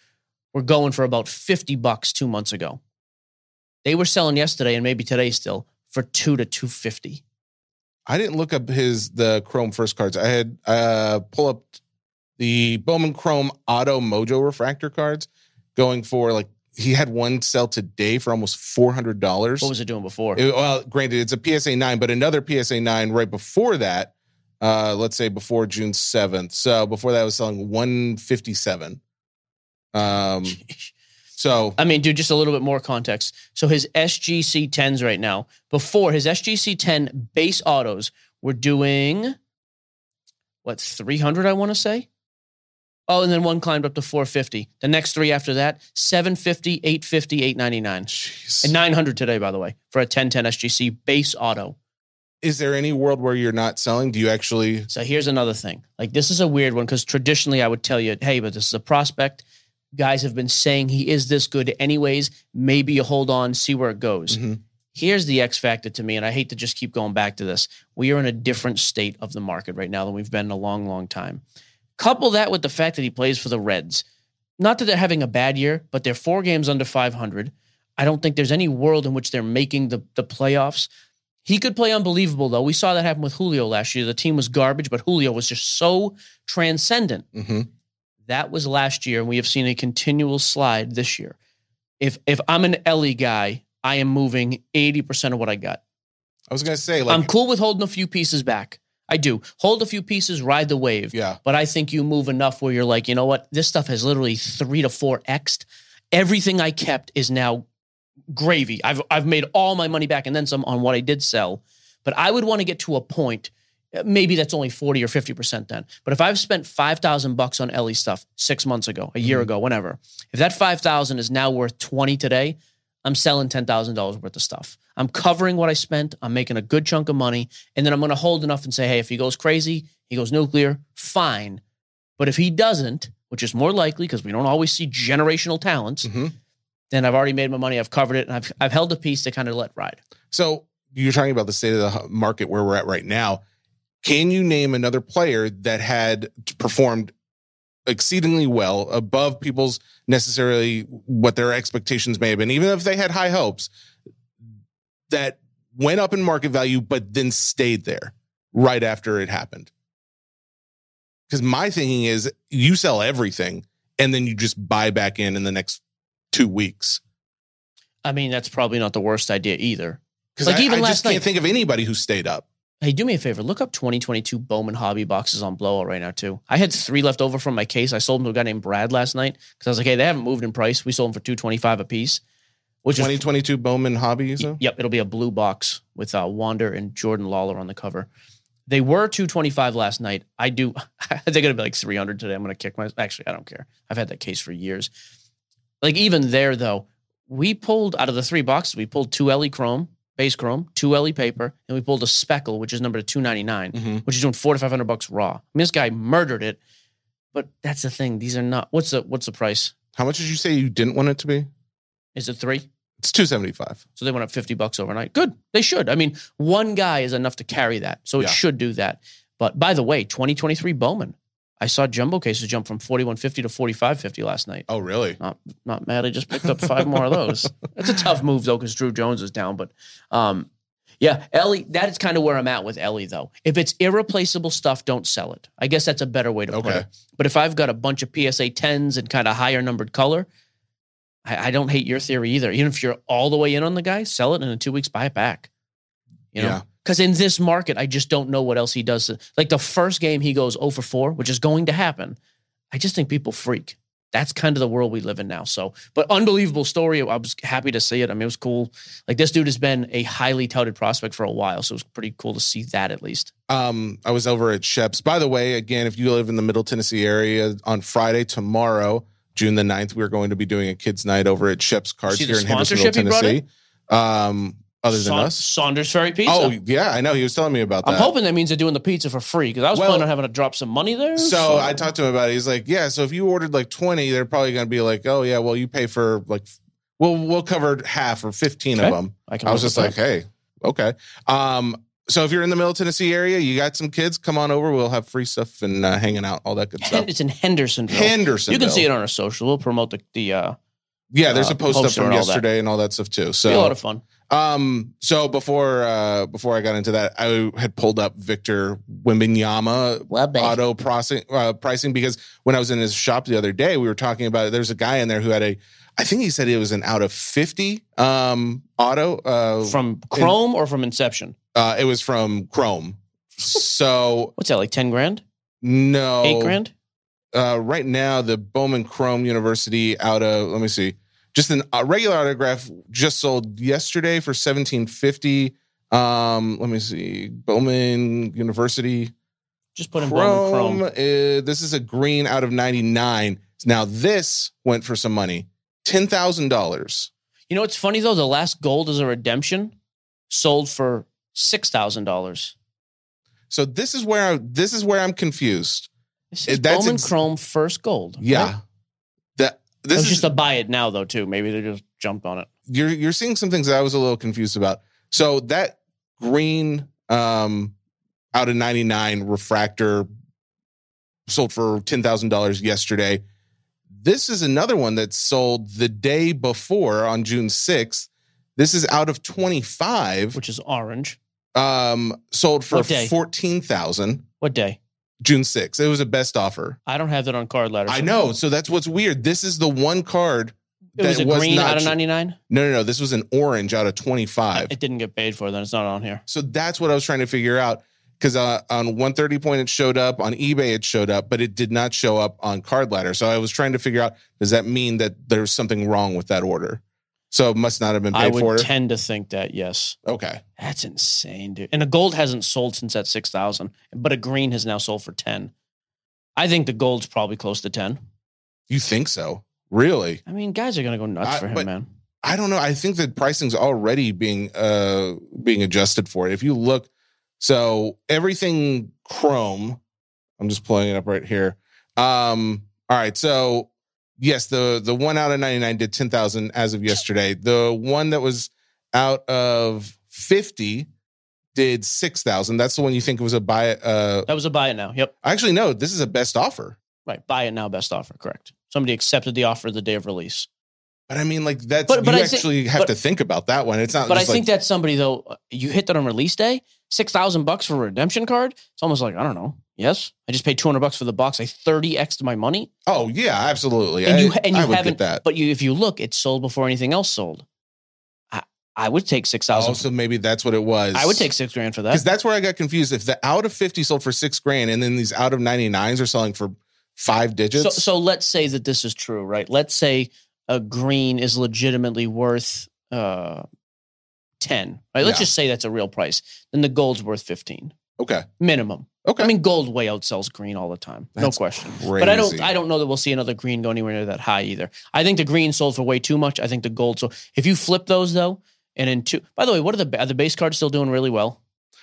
were going for about 50 bucks two months ago. They were selling yesterday and maybe today still for two to 250.
I didn't look up his the Chrome first cards. I had uh pull up the Bowman Chrome Auto Mojo refractor cards, going for like he had one sell today for almost four hundred dollars.
What was it doing before?
It- well, granted, it's a PSA nine, but another PSA nine right before that. Uh, let's say before June seventh. So before that, I was selling one fifty seven. Um. So
I mean, dude, just a little bit more context. So his SGC 10s right now, before his SGC 10 base autos were doing what 300 I want to say. Oh, and then one climbed up to 450. The next three after that, 750, 850, 899. And
jeez.
900 today, by the way, for a 1010 SGC base auto.
is there any world where you're not selling? Do you actually?
So here's another thing. Like this is a weird one because traditionally I would tell you, hey, but this is a prospect. Guys have been saying he is this good anyways. Maybe you hold on, see where it goes.
Mhm.
Here's the X factor to me, and I hate to just keep going back to this. We are in a different state of the market right now than we've been in a long, long time. Couple that with the fact that he plays for the Reds. Not that they're having a bad year, but they're four games under 500. I don't think there's any world in which they're making the the playoffs. He could play unbelievable though. We saw that happen with Julio last year. The team was garbage, but Julio was just so transcendent.
hmm
That was last year, and we have seen a continual slide this year. If if I'm an Ellie guy, I am moving 80% of what I got.
I was gonna say like
I'm cool with holding a few pieces back. I do. Hold a few pieces, ride the wave.
yeah.
But I think you move enough where you're like, you know what? This stuff has literally three to four xed. Everything I kept is now gravy. I've I've made all my money back and then some on what I did sell. But I would want to get to a point. uh, Maybe that's only forty or fifty percent then. But if I've spent five thousand bucks on Ellie stuff six months ago, a year ago, whenever, if that five thousand is now worth twenty today, I'm selling ten thousand dollars worth of stuff. I'm covering what I spent. I'm making a good chunk of money, and then I'm going to hold enough and say, hey, if he goes crazy, he goes nuclear, fine. But if he doesn't, which is more likely because we don't always see generational talents,
hmm
then I've already made my money. I've covered it, and I've I've held a piece to kind of let ride.
So you're talking about the state of the hu- market where we're at right now. Can you name another player that had performed exceedingly well above people's necessarily what their expectations may have been, even if they had high hopes that went up in market value, but then stayed there right after it happened? Because my thinking is you sell everything and then you just buy back in in the next two weeks.
I mean, that's probably not the worst idea either.
Because
Like
I,
even
I
last
just can't
night-
think of anybody who stayed up.
Hey, do me a favor. Look up 2022 Bowman hobby boxes on blowout right now too. I had three left over from my case. I sold them to a guy named Brad last night because I was like, hey, they haven't moved in price. We sold them for 225 a piece, which was
2022 Bowman Hobby, you said?
Yep, it'll be a blue box with uh, Wander and Jordan Lawler on the cover. They were 225 last night. I do. they're going to be like 300 today. I'm going to kick my. Actually, I don't care. I've had that case for years. Like even there though, we pulled out of the three boxes, we pulled two LE Chrome, base Chrome, two LE paper, and we pulled a Speckle, which is number to 299
Mhm.
which is doing four to five hundred bucks raw. I mean, this guy murdered it. But that's the thing; these are not. What's the what's the price?
How much did you say you didn't want it to be?
Is it three?
It's 275.
So they went up 50 bucks overnight. Good. They should. I mean, one guy is enough to carry that. So it
Yeah.
should do that. But by the way, 2023 Bowman. I saw jumbo cases jump from 4150 to 4550 last night.
Oh, really?
Not mad. I just picked up five more of those. That's a tough move though, because Drew Jones is down. But um, yeah, Ellie, that is kind of where I'm at with Ellie though. If it's irreplaceable stuff, don't sell it. I guess that's a better way to put
Okay.
it. But if I've got a bunch of PSA tens and kind of higher numbered color, I, I don't hate your theory either. Even if you're all the way in on the guy, sell it and in two weeks buy it back. You know?
Yeah.
Because in this market, I just don't know what else he does. Like the first game he goes 0 for 4, which is going to happen. I just think people freak. That's kind of the world we live in now. So, but unbelievable story. I was happy to see it. I mean, it was cool. Like this dude has been a highly touted prospect for a while. So it was pretty cool to see that at least.
Um, I was over at Sheps. By the way, again, if you live in the Middle Tennessee area on Friday, tomorrow, June the 9th, we're going to be doing a kids' night over at Sheps Cards
See the
here in Hendersonville,
sponsorship he brought
Tennessee. Um, other than
Saun-
us.
Saunders Ferry Pizza.
Oh, yeah. I know. He was telling me about that.
I'm hoping that means they're doing the pizza for free because I was
Well-
planning on having to drop some money there.
So I talked to him about it. He's like, yeah. So if you ordered like twenty, they're probably going to be like, oh yeah, well you pay for like, we'll we'll cover half or fifteen of
Okay.
them.
I can
I was
live with
just like, hey, okay. Um, so if you're in the Middle Tennessee area, you got some kids, come on over. We'll have free stuff and uh, hanging out, all that good
Hen-
stuff.
it's in Hendersonville.
Henderson,
you can see it on our social. We'll promote the, the uh,
Yeah, there's
uh,
a post up
poster
from
and all that.
yesterday and all that stuff too.
be a lot
So,
of fun.
um, so before uh before I got into that, I had pulled up Victor Wimbenyama auto pricing, uh, pricing because when I was in his shop the other day, we were talking about it. There's a guy in there who had a, I think he said it was an out of 50 um, auto. Uh,
from Chrome or from Inception?
uh, it was from Chrome. So,
What's that like? Ten grand?
no.
Eight grand?
Uh, right now, the Bowman Chrome University out of, let me see, just an, a regular autograph just sold yesterday for 1750 um let me see bowman university
Just put in Bowman
Chrome.
Chrome.
uh, this is a green out of 99. Now, this went for some money $10,000.
You know what's funny though? The last gold is a redemption, sold for six thousand dollars.
So this is where I, this is where I'm confused.
This is
Uh, that's
Bowman
ex-
Chrome first gold.
Yeah.
right?
That
It
this
was
is
just a buy it now though too. Maybe they just jumped on it.
you're you're seeing some things that I was a little confused about. So that green um out of 99 refractor sold for $10,000 yesterday. This is another one that's sold the day before on June 6th. This is out of 25,
which is orange.
um, sold for
What day?
14,000
What day?
June 6th. It was a best offer.
I don't have that on card letters.
I know. So that's what's weird. This is the one card
It was
that
a
was
green
not
out of
ju-
99.
No, no, no. This was an orange out of 25.
It didn't get paid for, then it's not on here.
So that's what I was trying to figure out because uh, on 130 point it showed up, on eBay it showed up, but it did not show up on Card Ladder. So I was trying to figure out does that mean that there's something wrong with that order? So it must not have been
I
paid for.
would tend to think that, yes.
okay.
That's insane, dude. And a gold hasn't sold since that 6,000, but a green has now sold for 10. I think the gold's probably close to 10.
You think so? Really?
I mean, guys are going to go nuts
I-
for him,
but-
man.
I don't know. I think that pricing's already being uh being adjusted for it. If you look, so everything chrome, I'm just pulling it up right here. Um, all right, so yes, the the one out of 99 did 10,000 as of yesterday. The one that was out of 50 did 6,000. That's the one you think was a buy uh
That was a buy it now. Yep.
actually no, this is a best offer.
Right. Buy it now, best offer. Correct. Somebody accepted the offer the day of release.
But I mean like that's
But- but
you
I thi-
actually have
but-
to think about that one. It's not
But I
just like
think that's somebody, though, uh, you hit that on release day, 6,000 bucks for a redemption card. It's almost like, I don't know. Yes. I just paid 200 bucks for the box. I 30X'd my money.
Oh yeah, absolutely.
and you
I,
and you
I would
haven't.
get that.
But you, if you look, it's sold before anything else sold. I, I would take six thousand.
Oh, so maybe that's what it was.
I would take six grand for
because
that.
that's where I got confused. If the out of fifty sold for six grand, and then these out of ninety nines are selling for five
So,
digits.
so let's say that this is true, right? Let's say a green is legitimately worth uh, ten. Right. Let's
Yeah.
just say that's a real price. Then the gold's worth fifteen
okay,
minimum.
okay,
I mean, gold way outsells green all the time.
That's
no question.
crazy.
But I don't. I don't know that we'll see another green go anywhere near that high either. I think the green sold for way too much. I think the gold. So if you flip those though, and in two. By the way, what are the are the base cards still doing really well?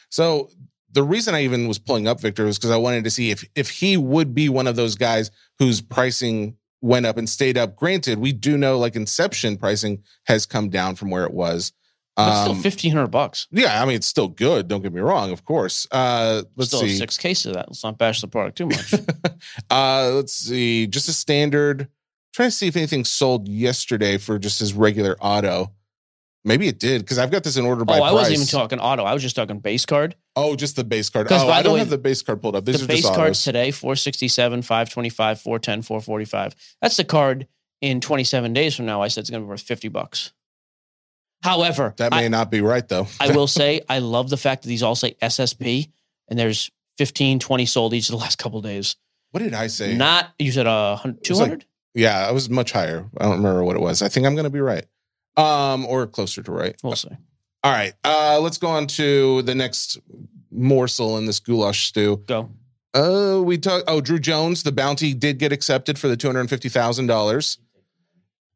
So the reason I even was pulling up Victor was because I wanted to see if if he would be one of those guys whose pricing went up and stayed up. Granted, we do know like Inception pricing has come down from where it was.
But it's
Um,
still fifteen hundred bucks.
yeah, I mean it's still good. Don't get me wrong. Of course. Uh, let's
still have
see.
six cases of that. Let's not bash the product too much.
uh, let's see, just a standard. Trying to see if anything sold yesterday for just his regular auto. Maybe it did because I've got this in order
oh,
by
I
price.
wasn't even talking auto. I was just talking base card.
Oh, just the base card.
'Cause
Oh,
by
I
the
don't
way,
have the base card pulled up. These
the
are
base
just
card
autos.
today: four sixty seven, five twenty five, four ten, four forty five. That's the card in twenty seven days from now. I said it's going to be worth fifty bucks. However,
That
I-
may not be right though.
I will say I love the fact that these all say SSP and there's 15, 20 sold each of the last couple days.
what did I say?
Not, you said uh,
It was like-
200?
yeah, I was much higher. I don't remember what it was. I think I'm going to be right, um, or closer to right.
we'll see.
All right, uh, let's go on to the next morsel in this goulash stew.
Go.
Oh, we talk. Oh, Drew Jones, the bounty did get accepted for the two hundred and fifty thousand dollars.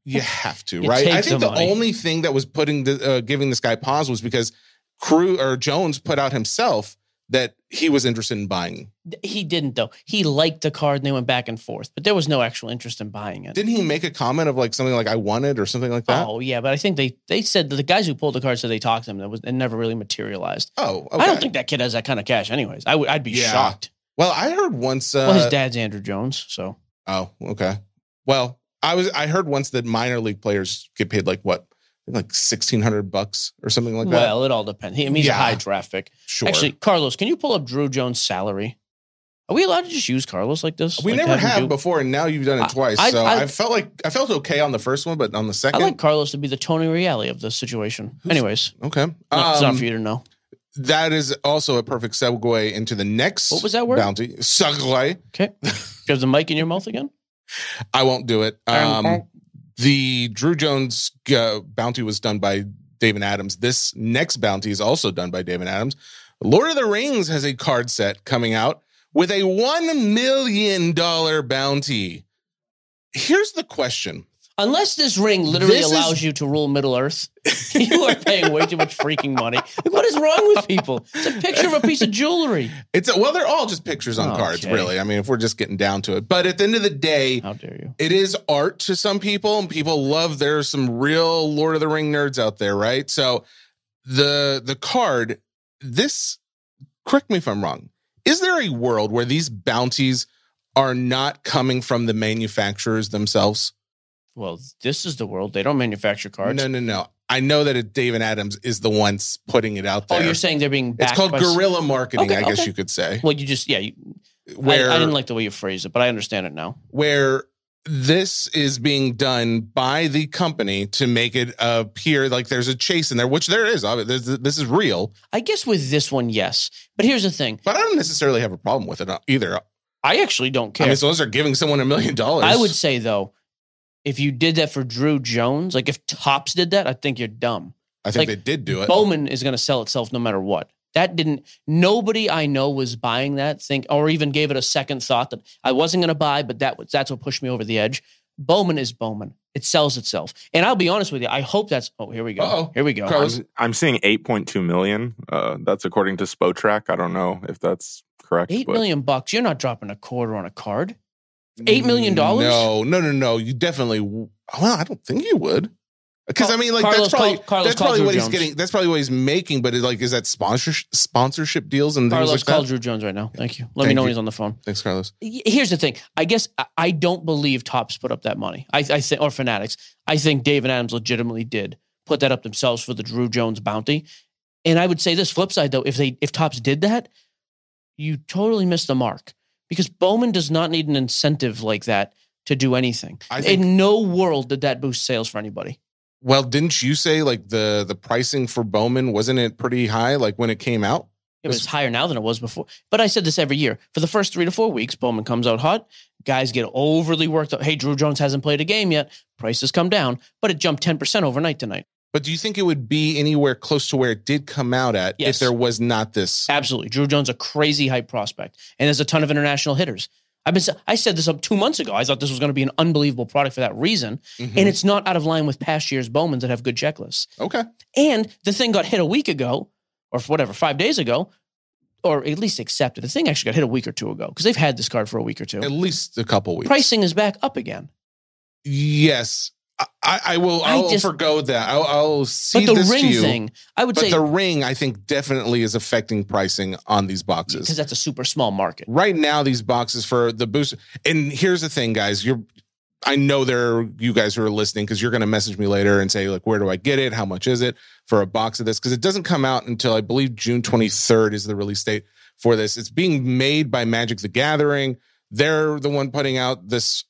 You have to,
You
right?
take
I think
the
the,
money.
only thing that was putting the uh, giving this guy pause was because Crew or Jones put out himself that he was interested in buying.
He didn't, though. He liked the card and they went back and forth, but there was no actual interest in buying it.
Didn't he make a comment of like something like "I wanted" or something like that? Oh,
Oh, yeah. But I think they, they said that the guys who pulled the card said they talked to him. That was, it never really materialized.
Oh, okay.
I don't think that kid has that kind of cash, anyways. I would, I'd be
Yeah.
shocked.
Well, I heard once. Uh,
Well, his dad's Andrew Jones. So
Oh, okay. Well, I was I heard once that minor league players get paid like what, like sixteen hundred bucks or something like that.
well, it all depends. He, I mean, he's
Yeah.
a high traffic.
sure.
Actually, Carlos, can you pull up Drew Jones' salary? Are we allowed to just use Carlos like this?
We
Like,
never
him
have
do-
before, and now you've done it
I-
twice.
I-
so I,
I-
felt like I felt okay on the first one, but on the
I
second,
like Carlos to be the Tony Reale of this situation.
Who's-
Anyways,
okay.
no, it's not
Um,
for you to know.
that is also a perfect segue into the next.
What was that word?
Bounty segue.
Okay. Do you have the mic in your mouth again?
I won't do it.
Um,
Um, the Drew Jones uh, bounty was done by David Adams. This next bounty is also done by David Adams. Lord of the Rings has a card set coming out with a one million dollar bounty. Here's the question.
Unless this ring literally
This is-
allows you to rule Middle Earth, you are paying way too much freaking money. Like, what is wrong with people? It's a picture of a piece of jewelry.
It's a, well, they're all just pictures on cards,
Okay.
really. I mean, if we're just getting down to it, but at the end of the day,
How dare you?
it is art to some people, and people love. There's some real Lord of the Ring nerds out there, right? So the the card, this correct me if I'm wrong. Is there a world where these bounties are not coming from the manufacturers themselves?
Well, this is the world. They don't manufacture cars.
No, no, no. I know that it, David Adams is the one s- putting it out
oh,
there.
you're saying they're being
it's
backed
called
by s-
guerrilla marketing,
Okay,
I guess
okay.
you could say.
Well, you just yeah. You,
Where
I, I didn't like the way you phrased it, but I understand it now.
where this is being done by the company to make it appear like there's a chase in there, which there is. obvi- This this is real,
I guess with this one, yes. But here's the thing:
but I don't necessarily have a problem with it uh, either.
I actually don't care.
I mean, so those are giving someone a million dollars.
I would say though, if you did that for Drew Jones, like if Tops did that, I think you're dumb.
I think
like,
they did do it.
Bowman is going to sell itself no matter what. That didn't. Nobody I know was buying that thing, or even gave it a second thought that I wasn't going to buy. But that was that's what pushed me over the edge. Bowman is Bowman. It sells itself, and I'll be honest with you. I hope that's. Oh, here we go.
Uh-oh.
Here we go.
Carlos.
I'm, I'm seeing 8.2 million. Uh, that's according to Spotrack. I don't know if that's correct.
Eight
but-
million bucks. You're not dropping a quarter on a card. $8 million?
No, no, no, no. You definitely. w- Well, I don't think you would. Because
Car-
I mean, like
Carlos
that's probably
called- Carlos
that's
called
probably
Drew
what he's
Jones.
getting. That's probably what he's making. But it, like, is that sponsor sponsorship deals and things
Carlos,
like
call
that?
Drew Jones right now. Thank you. Let me
Thank
know
you.
when he's on the phone.
Thanks, Carlos.
Y- Here's the thing. I guess I- I don't believe Tops put up that money. I, I think, or Fanatics. I think Dave and Adams legitimately did put that up themselves for the Drew Jones bounty. And I would say this flip side though, if they if Tops did that, you totally missed the mark because Bowman does not need an incentive like that to do anything.
I think-
In no world did that boost sales for anybody.
Well, didn't you say like the the pricing for Bowman wasn't it pretty high? Like when it came out,
It was
This-
higher now than it was before. But I said this every year. For the first three to four weeks, Bowman comes out hot. Guys get overly worked up. Hey, Drew Jones hasn't played a game yet. Prices come down, but it jumped 10% overnight tonight.
but do you think it would be anywhere close to where it did come out at
Yes.
if there was not this?
Absolutely. Drew Jones, a crazy hype prospect. And there's a ton of international hitters. I've been I said this up two months ago. I thought this was going to be an unbelievable product for that reason.
Mhm.
And it's not out of line with past year's Bowmans that have good checklists.
okay,
And the thing got hit a week ago, or whatever, five days ago, or at least accepted. The thing actually got hit a week or two ago because they've had this card for a week or two.
at least a couple weeks.
pricing is back up again.
Yes, I- I, I will.
I
I'll
just-
forgo that. I'll, I'll see
but the
this to
ring
you.
thing, I would
But
say,
the ring, I think, definitely is affecting pricing on these
because
boxes.
that's a super small market.
Right now, these boxes for the boost. And here's the thing, guys. You're, I know there are you guys who are listening because you're going to message me later and say, like, where do I get it? How much is it for a box of this? Because it doesn't come out until I believe June 23rd is the release date for this. It's being made by Magic the Gathering. They're the one putting out this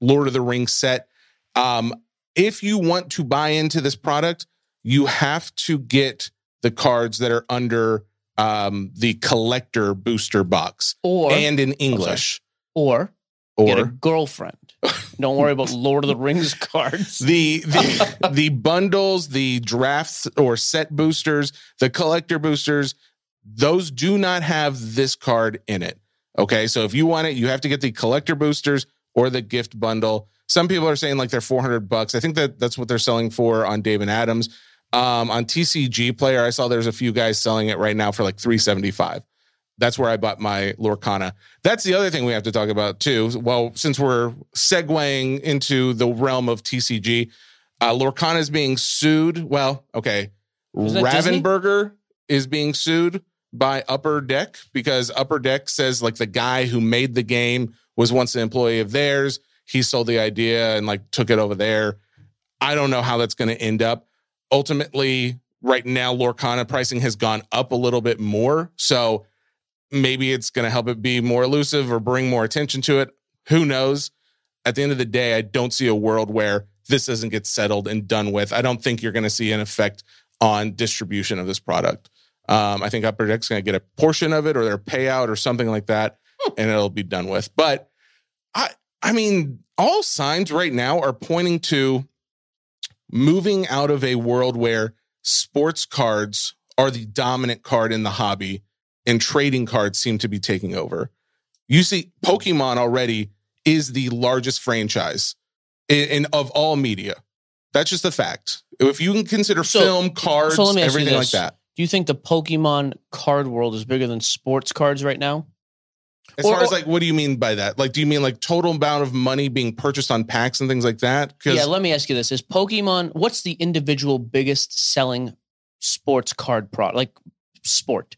Lord of the Rings set. Um, if you want to buy into this product, you have to get the cards that are under um, the collector booster box
Or
and in English.
or, get a
Or
girlfriend. Don't worry about Lord of the Rings cards.
the the the bundles, the drafts or set boosters, the collector boosters, those do not have this card in it. Okay, so if you want it, you have to get the collector boosters or the gift bundle. Some people are saying like they're 400 bucks. I think that that's what they're selling for on Dave and Adams. Um, on TCG Player, I saw there's a few guys selling it right now for like 375. That's where I bought my Lorcana. That's the other thing we have to talk about too. Well, since we're segueing into the realm of TCG, uh, Lorcana is being sued. Well, okay,
Is that Disney?
Ravenberger is being sued by Upper Deck because Upper Deck says like the guy who made the game was once an employee of theirs. He sold the idea and like took it over there. I don't know how that's going to end up. Ultimately, right now, Lorcana pricing has gone up a little bit more. So maybe it's going to help it be more elusive or bring more attention to it. Who knows? At the end of the day, I don't see a world where this doesn't get settled and done with. I don't think you're going to see an effect on distribution of this product. Um, I think Upper Deck's going to get a portion of it or their payout or something like that, and it'll be done with. But I, I mean, all signs right now are pointing to moving out of a world where sports cards are the dominant card in the hobby and trading cards seem to be taking over. You see, Pokemon already is the largest franchise in, in- of all media. That's just a fact. If you can consider
So-
film, cards,
so let me ask you
everything like
this.
that,
Do you think the Pokemon card world is bigger than sports cards right now?
as
Or-
far as
or-
like, what do you mean by that? Like, do you mean like total amount of money being purchased on packs and things like that?
Yeah,
Because
let me ask you this. Is Pokemon what's the individual biggest selling sports card product like sport?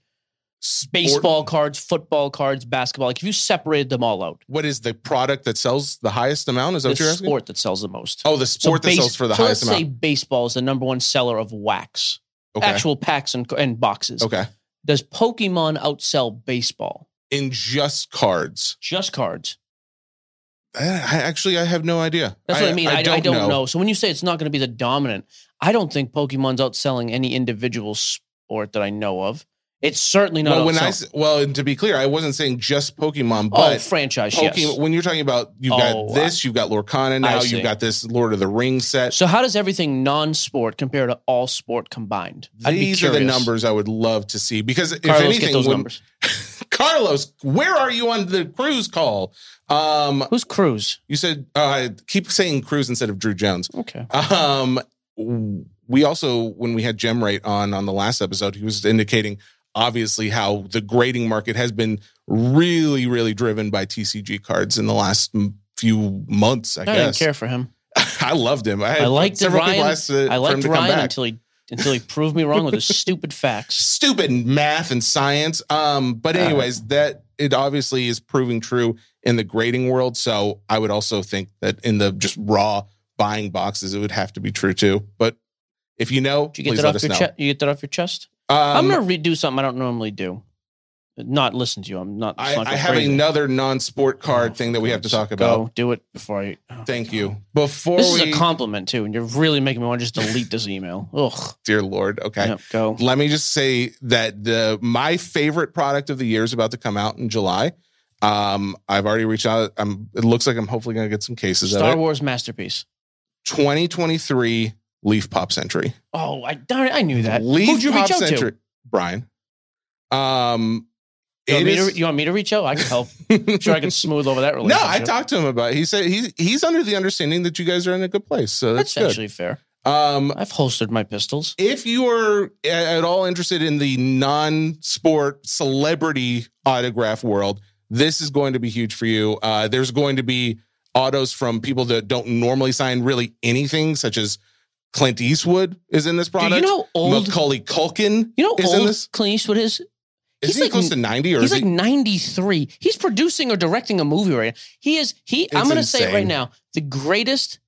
sport-
baseball cards, football cards, basketball. Like if you separated them all out,
What is the product that sells the highest amount? Is that
the
what you're asking?
sport that sells the most.
Oh, the sport that
base-
sells for the
so
highest
let's say
amount.
baseball is the number one seller of wax,
Okay.
actual packs and, and boxes.
okay.
Does Pokemon outsell baseball?
In just cards.
Just cards.
I, I actually I have no idea.
That's what I mean. I, I don't, know. So when you say it's not going to be the dominant, I don't think Pokemon's outselling any individual sport that I know of. It's certainly not.
well, when I
outselling-
s- well, and to be clear, I wasn't saying just Pokemon,
oh,
but
franchise,
Pokemon.
yes.
When you're talking about you've
Oh,
got this, you've got Lorcana
I
now,
see.
you've got this Lord of the Rings set.
So how does everything non-sport compare to all sport combined? I'd be
These are the
curious.
numbers I would love to see because if
Carlos,
anything,
get those
when-
numbers.
Carlos, where are you on the cruise call? Um,
Who's Cruz?
you said uh, I keep saying cruise instead of Drew Jones.
Okay.
Um, we also, when we had Gem Rate on on the last episode, he was indicating obviously how the grading market has been really, really driven by TCG cards in the last m- few months. I,
I, didn't
guess
care for him.
I loved him. I, had
I liked
several
Ryan.
people asked to-
I
for him
liked
to come
Ryan
back.
until he until he proved me wrong with his stupid facts.
Stupid math and science. Um, but
Uh-huh.
anyways, that it obviously is proving true in the grading world. So I would also think that in the just raw buying boxes, it would have to be true too. But if you know,
Did you get
please
that
let
off
us
your
know.
chest? You get that off your chest? I'm
Um,
gonna redo something I don't normally do. Not listen to you. I'm not. it's
I,
not
I
go
have
crazy.
another non-sport card
Oh,
thing that we have to
Just
talk
go
about.
do it before I. oh,
Thank
God.
you. Before
This is
we,
a compliment too, and you're really making me want to just delete this email. Ugh.
dear Lord, okay.
Yep, go.
Let me just say that the my favorite product of the year is about to come out in July. Um, I've already reached out. I'm, it looks like I'm hopefully going to get some cases
Star
of it.
Wars masterpiece.
2023 Leaf Pop Century.
Oh, I darn it, I knew that.
Leaf
Who'd you reach out to?
Brian. Um,
You want,
it
me to,
is-
you want me to reach out? I can help. sure, I can smooth over that
no,
relationship.
I talked to him about. It. He said he's he's under the understanding that you guys are in a good place, so that's,
That's
good.
actually fair.
um,
I've holstered my pistols.
if you are at all interested in the non-sport celebrity autograph world, this is going to be huge for you. Uh, there's going to be autos from people that don't normally sign really anything, such as Clint Eastwood is in this
Do
product.
you know how old?
Macaulay Culkin
you know
is
how
in
old
this.
Clint Eastwood is.
Is
he's
he
like-
close to ninety or
He's
is
like
he?
93. He's producing or directing a movie right now. He is, he, I'm
It's
going to say it right
insane.
now the greatest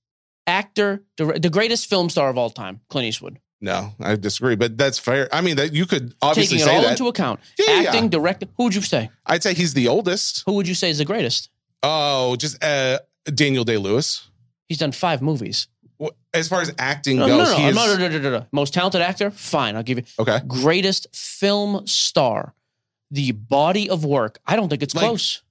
actor, dire- the greatest film star of all time, Clint Eastwood.
No, I disagree, but that's fair. I mean, that you could obviously
Taking it
say
all
that.
into account,
Yeah, yeah.
acting, directing, who would you say?
I'd say he's the oldest.
Who would you say is the greatest?
Oh, just uh, Daniel Day Lewis.
He's done five movies.
As far as acting
No,
goes,
Uh, no, no,
he
no,
is
no, no, no, no, no. Most talented actor? Fine, I'll give you.
okay.
Greatest film star. The body of work, I don't think it's
Like-
close.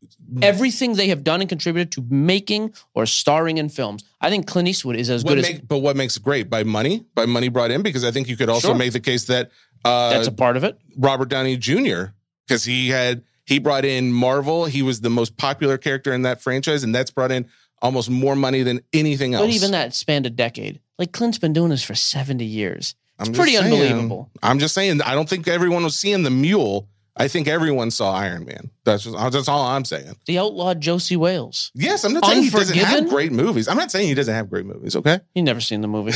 Everything they have done and contributed to making or starring in films, I think Clint Eastwood is as
What
good as.
make, but what makes it great by money? By money brought in because I think you could also
Sure.
make the case that uh,
That's a part of it.
Robert Downey Jr. because he had he brought in Marvel. He was the most popular character in that franchise, and that's brought in almost more money than anything else.
But even that spanned a decade. Like Clint's been doing this for 70 years.
I'm just
pretty
saying-
unbelievable.
I'm just saying. I don't think everyone was seeing the mule. I think everyone saw Iron Man. That's just, that's all I'm saying.
The outlawed Josie Wales.
Yes, I'm not saying he doesn't have
Unforgiven?
great movies. I'm not saying he doesn't have great movies. Okay.
You never seen the movie.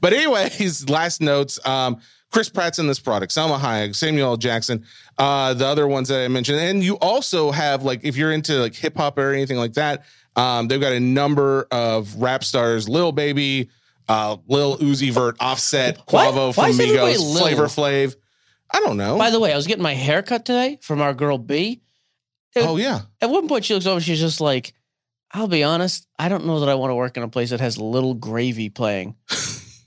But anyways, last notes. Um, Chris Pratt's in this product. Selma Hayek, Samuel L. Jackson, uh, the other ones that I mentioned, and you also have like if you're into like hip hop or anything like that, um, they've got a number of rap stars: Lil Baby, uh, Lil Uzi Vert, Offset,
Why-
Quavo
why is
from
everybody
Migos,
Lil?
Flavor Flav. I don't know.
By the way, I was getting my hair cut today from our girl B.
oh yeah,
At one point, she looks over and she's just like, I'll be honest, I don't know that I want to work in a place that has Little Gravy playing.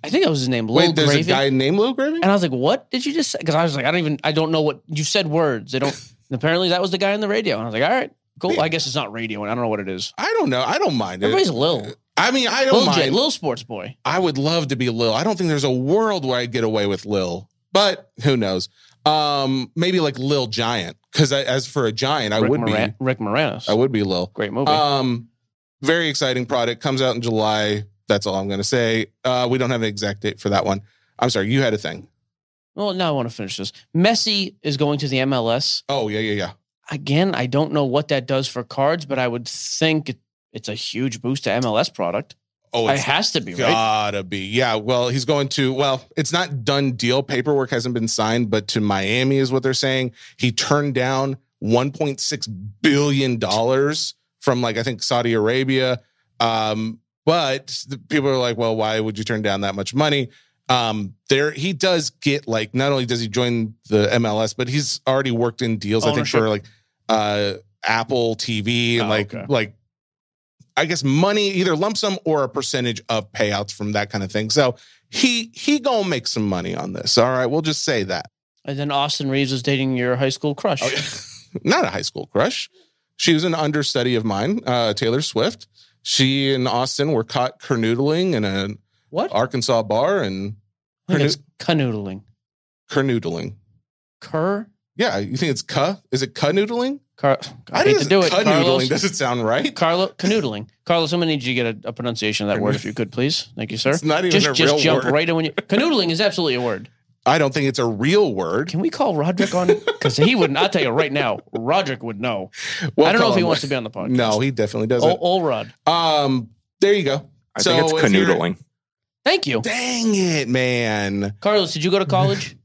I think that was his name, Little
wait, there's
Gravy.
a guy named Lil Gravy.
and I was like, what did you just say? Because I was like, I don't even, I don't know what, you said words. They don't, and apparently that was the guy on the radio. And I was like, all right, cool.
Yeah.
I guess it's not radio. and I don't know what it is.
I don't know. I don't mind
Everybody's
it.
Lil.
I mean, I don't
Lil
mind.
J, Lil Sports Boy.
I would love to be Lil. I don't think there's a world where I'd get away with Lil, but who knows? Um, maybe like Lil Giant, because as for a giant, I
Rick
would
Moran- Rick Moranis.
be, I would be Lil.
Great movie.
Um, very exciting product comes out in July. That's all I'm going to say. Uh, we don't have an exact date for that one. I'm sorry, you had a thing.
well, now I want to finish this. Messi is going to the MLS
Oh yeah, yeah, yeah.
again. I don't know what that does for cards, but I would think it, it's a huge boost to MLS product.
Oh,
It
it's
has to be right.
gotta be. Yeah. Well, he's going to. Well, it's not done deal. Paperwork hasn't been signed, but to Miami is what they're saying. He turned down 1.6 billion dollars from like I think Saudi Arabia. Um, but the people are like, well, why would you turn down that much money? Um, there he does get like not only does he join the MLS, but he's already worked in deals. I think
Ownership.
for like uh Apple TV and
Oh,
like
okay.
like I guess money, either lump sum or a percentage of payouts from that kind of thing. So he he gonna make some money on this. All right, we'll just say that.
and then Austin Reeves was dating your high school crush.
Oh, yeah. Not a high school crush. She was an understudy of mine, uh, Taylor Swift. She and Austin were caught carnoodling in an
What?
Arkansas bar and
I think it's canoodling.
carnoodling.
Cur?
Yeah, you think it's ca? Is it ca noodling?
Car- I hate to do it, Carlos.
Carnoodling doesn't sound right.
Carlo, canoodling. Carlos, I'm gonna need you to get a, a pronunciation of that word if you could, please. Thank you, sir.
It's not even
just
a
just
real
jump
word.
right in when you canoodling is absolutely a word.
I don't think it's a real word.
Can we call Roderick on? Because he wouldn't. I'll tell you right now, Roderick would know. I don't know if he wants to be on the podcast.
No, he definitely
Oh,
doesn't.
old Rod.
Um, there you go.
I
So
think it's
if you're-
canoodling.
Thank you,
Dang it, man.
Carlos. Did you go to college?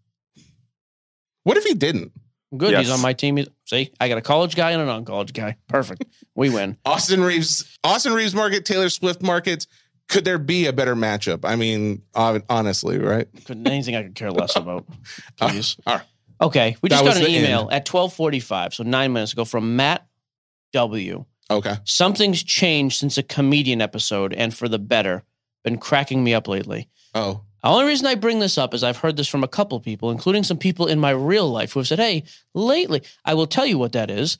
What if he didn't?
Good.
Yes.
He's on my team. He's- See, I got a college guy and a non-college guy. Perfect. We win.
Austin Reeves, Austin Reeves market, Taylor Swift markets. Could there be a better matchup? I mean, hon- honestly, right?
Couldn't anything I could care less about. Please.
All right.
Okay, we
That
just got
was
an
the
email at 12:45, so nine minutes ago, from Matt W.
Okay.
Something's changed since a comedian episode, and for the better. Been cracking me up lately.
Oh,
The only reason I bring this up is I've heard this from a couple people, including some people in my real life who have said, "Hey, lately, I will tell you what that is."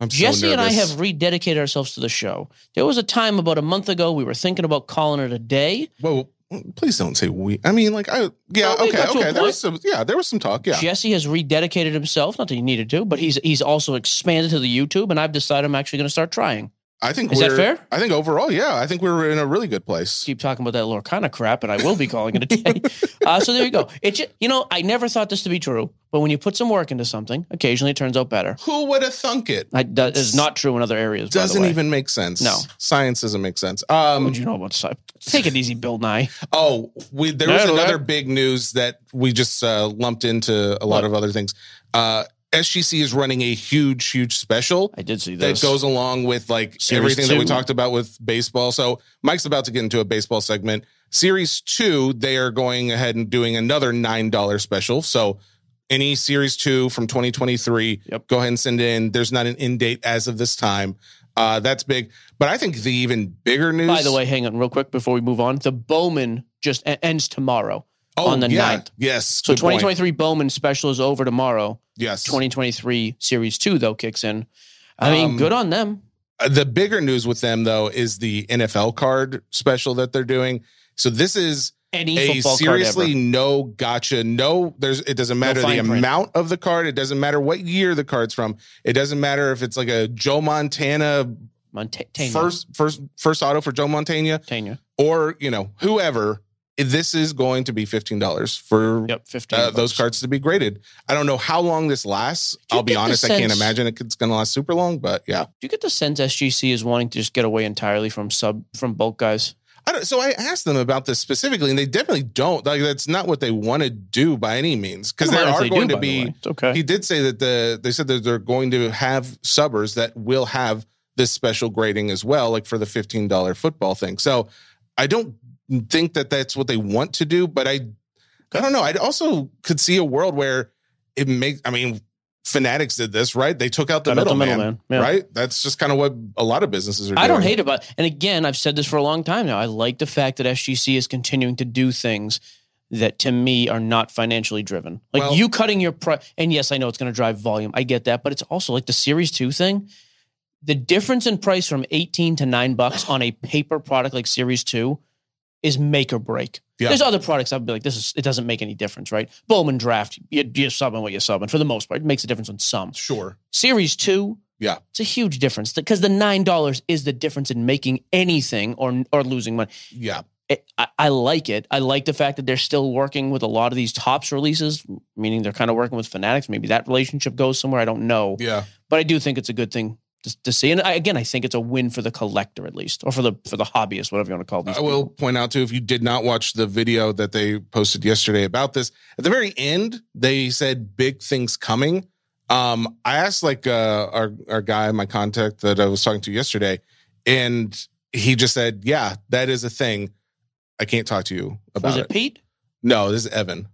I'm so
Jesse and I
nervous.
have rededicated ourselves to the show. There was a time about a month ago we were thinking about calling it a day.
Whoa, please don't say we. I mean, like, I yeah,
Well, we
okay,
got to a
okay. There
point.
was some, yeah, there was some talk. Yeah,
Jesse has rededicated himself, not that he needed to, but he's he's also expanded to the YouTube, and I've decided I'm actually going to start trying.
I think
Is that
we're.
fair?
I think overall, yeah, I think we're in a really good place.
Keep talking about that Lorcana crap, and I will be calling it a day. uh, so there you go. It ju- you know I never thought this to be true, but when you put some work into something, occasionally it turns out better.
Who would have thunk it?
I, that is not true in other areas. by the
Doesn't
way.
even make sense.
No.
science doesn't make sense.
What
Um,
would you know about sci- Take it easy, Bill Nye.
Oh, we there
No,
was
no,
another
that-
big news that we just uh, lumped into a lot
What?
of other things. Uh, SGC is running a huge, huge special
I did see this.
that goes along with like
Series
everything that we
two.
talked about with baseball. So Mike's about to get into a baseball segment. Series two, they are going ahead and doing another nine dollar special. So any series two from 2023,
Yep.
go ahead and send in. There's not an end date as of this time. Uh, that's big. But I think the even bigger news.
By the way, hang on real quick before we move on. The Bowman just e- ends tomorrow. on the ninth.
Oh, Yes.
So
good point.
2023 Bowman special is over tomorrow.
Yes.
2023 Series 2, though, kicks in. I mean,
Um,
good on them.
Uh, the bigger news with them though is the NFL card special that they're doing. So this is
Any
a
football
seriously
card
no gotcha. No, there's it doesn't matter the
fine print.
amount of the card. It doesn't matter what year the card's from. It doesn't matter if it's like a Joe Montana
ever. Montana.
first first first auto for Joe Montana
Tanya.
or you know whoever. This is going to be fifteen dollars for
Yep, 15.
uh, those
bucks.
cards to be graded. I don't know how long this lasts.
Do you
I'll be
get the
honest, I can't
sense-
imagine it's going to last super long. But yeah.
Do you get the sense SGC is wanting to just get away entirely from sub from bulk guys?
I don't, so I asked them about this specifically, and they definitely don't. Like that's not what they want to do by any means, because
I don't mind
there
if
are
they do,
going to
by the way.
be.
It's okay.
He did say that the they said that they're going to have subbers that will have this special grading as well, like for the fifteen dollar football thing. So I don't think that that's what they want to do, but I I don't know. I also could see a world where it makes. I mean, Fanatics did this, right? They took out the
Cut out the
middleman,
middleman, yeah.
right? That's just kind of what a lot of businesses are. doing.
I don't hate about and again, I've said this for a long time now. I like the fact that SGC is continuing to do things that to me are not financially driven. Like
Well-
you cutting your price and yes, I know it's gonna drive volume. I get that, but it's also like the series two thing. The difference in price from 18 to nine bucks on a paper product like series two is make or break.
Yeah.
There's other products I'd be like, this is it doesn't make any difference, right? Bowman draft, you, you're subbing what you're subbing for the most part. It makes a difference on some.
Sure.
Series two,
Yeah.
it's a huge difference because the nine dollars is the difference in making anything or or losing money.
Yeah.
It, I, I like it. I like the fact that they're still working with a lot of these tops releases, meaning they're kind of working with Fanatics. Maybe that relationship goes somewhere. I don't know,
Yeah.
but I do think it's a good thing to, to see. And I, again, I think it's a win for the collector at least, or for the for the hobbyist, whatever you want to call these.
I will point out too, if you did not watch the video that they posted yesterday about this, at the very end, they said big things coming. Um, I asked like uh, our our guy, my contact that I was talking to yesterday, and he just said, "Yeah, that is a thing." I can't talk to you
people. Was
about
it,
it.
Pete?
No, this is Evan.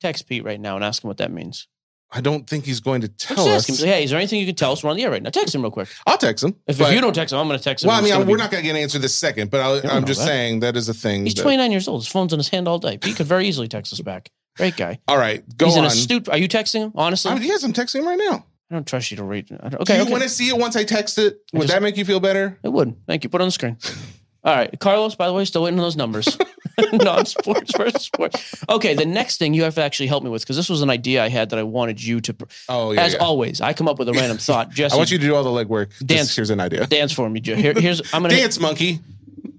Text Pete right now and ask him what that means.
I don't think he's going to
Let's
tell
ask
us.
him. Say, hey, is there anything you can tell us? We're on the air right now. Text him real quick.
I'll text him.
If, if
but-
you don't text him, I'm going to text him.
well, I
It's
mean,
gonna
we're
be-
not going to get an answer this second,
You
but
don't
I'll, I'm
know
just
that.
saying that is a thing.
He's
that-
29 years old. His phone's in his hand all day. Pete could very easily text us back. Great guy.
All right, go
He's
on.
an astute. Are you texting him? Honestly,
I'm, yes, I'm texting him right now.
I don't trust you to read. I don't,
Okay,
okay,
Do you
okay.
want to see it once I text it? Would
just-
that make you feel better?
It would. Thank you. Put it on the screen. All right. Carlos, by the way, still waiting on those numbers. non sports versus sports. Okay. The next thing you have to actually help me with, because this was an idea I had that I wanted you to, pr-
Oh yeah.
as
yeah.
always, I come up with a random thought. Jesse,
I want you to do all the legwork.
Dance.
Just, here's an idea.
dance for me. Joe. Here, here's, I'm going to,
Dance monkey.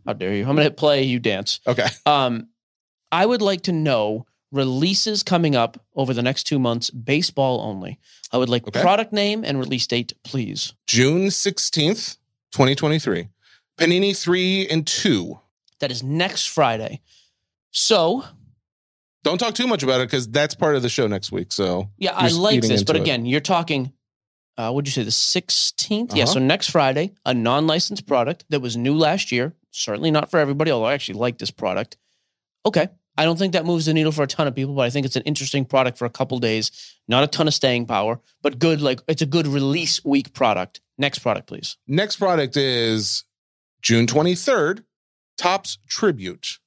how dare you? I'm going to hit play, you dance.
Okay.
Um, I would like to know releases coming up over the next two months, baseball only. I would like
Okay.
product name and release date, please.
June 16th, 2023. Panini 3 and 2.
That is next Friday. So
Don't talk too much about it because that's part of the show next week. So
Yeah,
You're
I
just
like
eating
this, but
into it.
again, you're talking. Uh, what'd you say? The 16th Yeah.
Uh-huh.
So next Friday, a non-licensed product that was new last year. Certainly not for everybody. Although I actually like this product. Okay, I don't think that moves the needle for a ton of people, but I think it's an interesting product for a couple days. Not a ton of staying power, but good. Like it's a good release week product. Next product, please.
next product is June 23rd, Tops Tribute.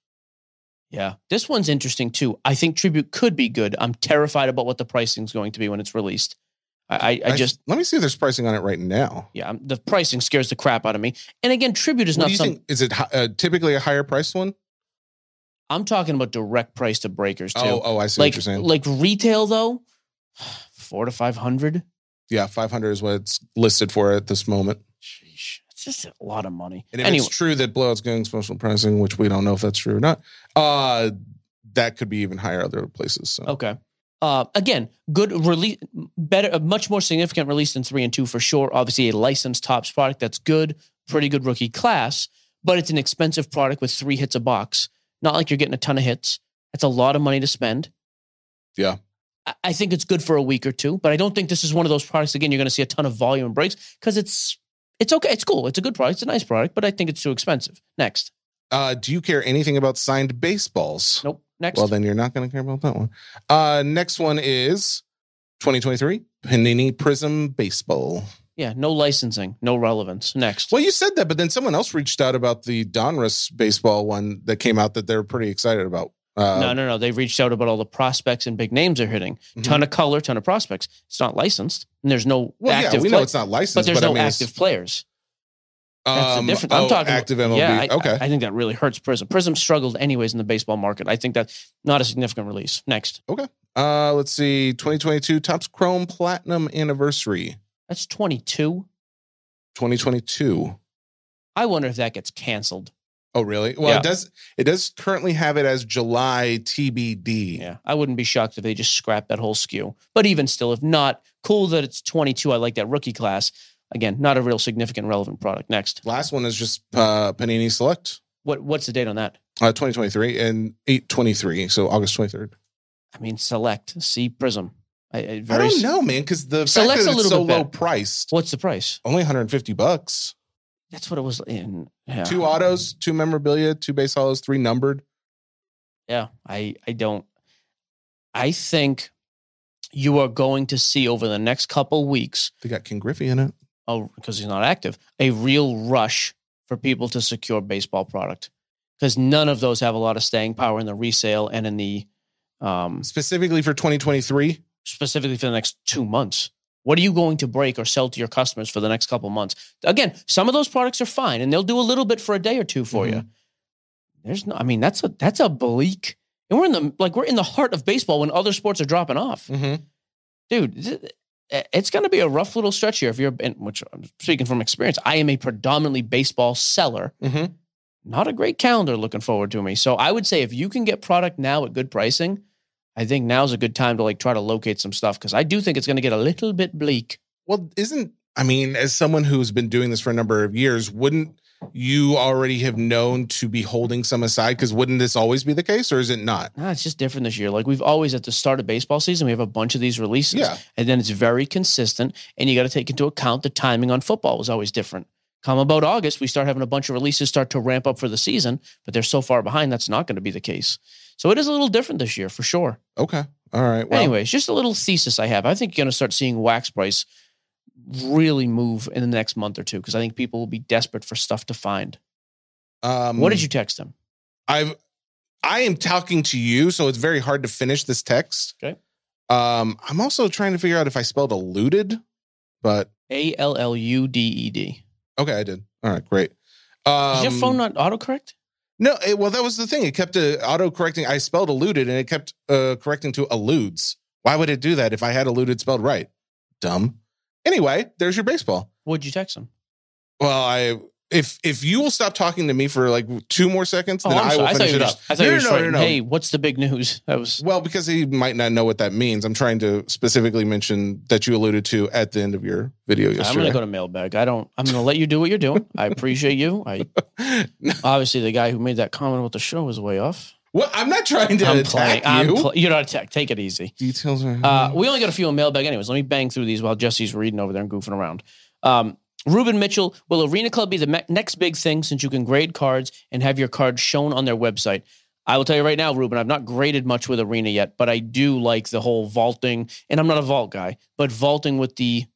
Yeah, this one's interesting too. I think tribute could be good. I'm terrified about what the pricing's going to be when it's released. I, I, I just
let me see if there's pricing on it right now.
Yeah, I'm- the pricing scares the crap out of me. And again, tribute is
what
not
do you
something
think? Is it hi- uh, typically a higher priced one?
I'm talking about direct price to breakers too.
Oh, oh, I see
like
what you're saying.
like retail though, four to five hundred.
yeah, 500 is what it's listed for at this moment.
Sheesh, it's just a lot of money.
And if
Anyway,
it's true that blowout's getting special pricing, which we don't know if that's true or not, uh, that could be even higher other places. So.
okay. Uh, again, good release, better, a much more significant release than three and two for sure. Obviously, a licensed tops product that's good, pretty good rookie class, but it's an expensive product with three hits a box. Not like you're getting a ton of hits. That's a lot of money to spend.
Yeah.
I- I think it's good for a week or two, but I don't think this is one of those products. Again, you're going to see a ton of volume and breaks because it's it's okay. It's cool. It's a good product. It's a nice product, but I think it's too expensive. Next,
Uh, do you care anything about signed baseballs?
nope. Next,
Well, then you're not going to care about that one. Uh, next one is 2023 Panini Prism Baseball.
yeah, no licensing, no relevance. Next,
Well, you said that, but then someone else reached out about the Donruss baseball one that came out that they're pretty excited about. Uh,
no, no, no. They reached out about all the prospects and big names they're hitting.
Mm-hmm.
Ton of color, ton of prospects. It's not licensed, and there's no
Well,
active.
yeah, we know
play-
it's not licensed,
but there's
I
no
mean, it's-
active players. That's
um,
the difference. I'm
oh,
talking
active MLB.
Yeah, I,
okay.
I, I think that really hurts Prism. Prism struggled anyways in the baseball market. I think that's not a significant release. Next,
Uh, let's see. 2022 Topps Chrome Platinum Anniversary.
that's 22.
2022.
I wonder if that gets canceled.
Oh, really? Well,
Yeah.
it does. It does currently have it as July TBD.
Yeah, I wouldn't be shocked if they just scrap that whole skew. But even still, if not, cool that it's 22. I like that rookie class. Again, not a real significant relevant product. Next,
Last one is just uh, Panini Select,
what what's the date on that?
uh, 2023 and 823. So August 23rd.
I mean, select C Prism. I, I,
I
very
don't know, man, because the fact that
Select's
it's
a little
so
bit
low
better.
priced,
What's the price?
only 150 bucks.
That's what it was in. Yeah.
Two autos, two memorabilia, two base hollows, three numbered.
Yeah, I I don't. I think you are going to see over the next couple weeks,
They got King Griffey in it.
oh, because he's not active, a real rush for people to secure baseball product because none of those have a lot of staying power in the resale and in the um,
Specifically for 2023.
specifically for the next two months. What are you going to break or sell to your customers for the next couple months? Again, some of those products are fine, and they'll do a little bit for a day or two for you. There's no, I mean, that's a that's a bleak, and we're in the like we're in the heart of baseball when other sports are dropping off,
Mm-hmm.
dude. th- eh, It's going to be a rough little stretch here if you're, and which I'm speaking from experience. I am a predominantly baseball seller
Mm-hmm.
not a great calendar looking forward to me. So I would say if you can get product now at good pricing, I think now's a good time to like try to locate some stuff because I do think it's going to get a little bit bleak.
Well, isn't I mean, as someone who's been doing this for a number of years, wouldn't you already have known to be holding some aside? Because wouldn't this always be the case, or is it not?
Nah, it's just different this year. Like we've always at the start of baseball season, we have a bunch of these releases,
Yeah.
and then it's very consistent. And you got to take into account the timing on football was always different. Come about August, we start having a bunch of releases start to ramp up for the season, but they're so far behind that's not going to be the case. So it is a little different this year for sure.
Okay. All right. Well,
Anyways, just a little thesis I have. I think you're going to start seeing wax price really move in the next month or two because I think people will be desperate for stuff to find.
um,
what did you text them?
I've I am talking to you, so it's very hard to finish this text.
Okay.
Um, I'm also trying to figure out if I spelled eluded, but
A L L U D E D.
okay, I did. All right, great. Um,
Is your phone not autocorrect?
No, it, well, that was the thing. It kept uh, auto correcting. I spelled eluded, and it kept uh, correcting to eludes. Why would it do that if I had eluded spelled right? Dumb. Anyway, there's your baseball.
What'd you text them?
Well, I if if you will stop talking to me for like two more seconds, then I will
thought
finish
you
it
were
up.
just- Oh, I thought you
No,
were
no,
just
no, no,
writing,
no.
Hey, what's the big news? That was
Well, because he might not know what that means, I'm trying to specifically mention that you alluded to at the end of your video
I'm
yesterday.
gonna go to mailbag. I don't I'm gonna let you do what you're doing. I appreciate you. I
No,
obviously the guy who made that comment about the show was way off.
well, I'm not trying to
I'm
attack
playing.
you.
I'm pl- you're not attack. Take it easy.
Details are
Uh, we only got a few on mailbag, anyways. Let me bang through these while Jesse's reading over there and goofing around. Um, Ruben Mitchell, will Arena Club be the me- next big thing since you can grade cards and have your cards shown on their website? I will tell you right now, Ruben, I've not graded much with Arena yet, but I do like the whole vaulting, and I'm not a vault guy, but vaulting with the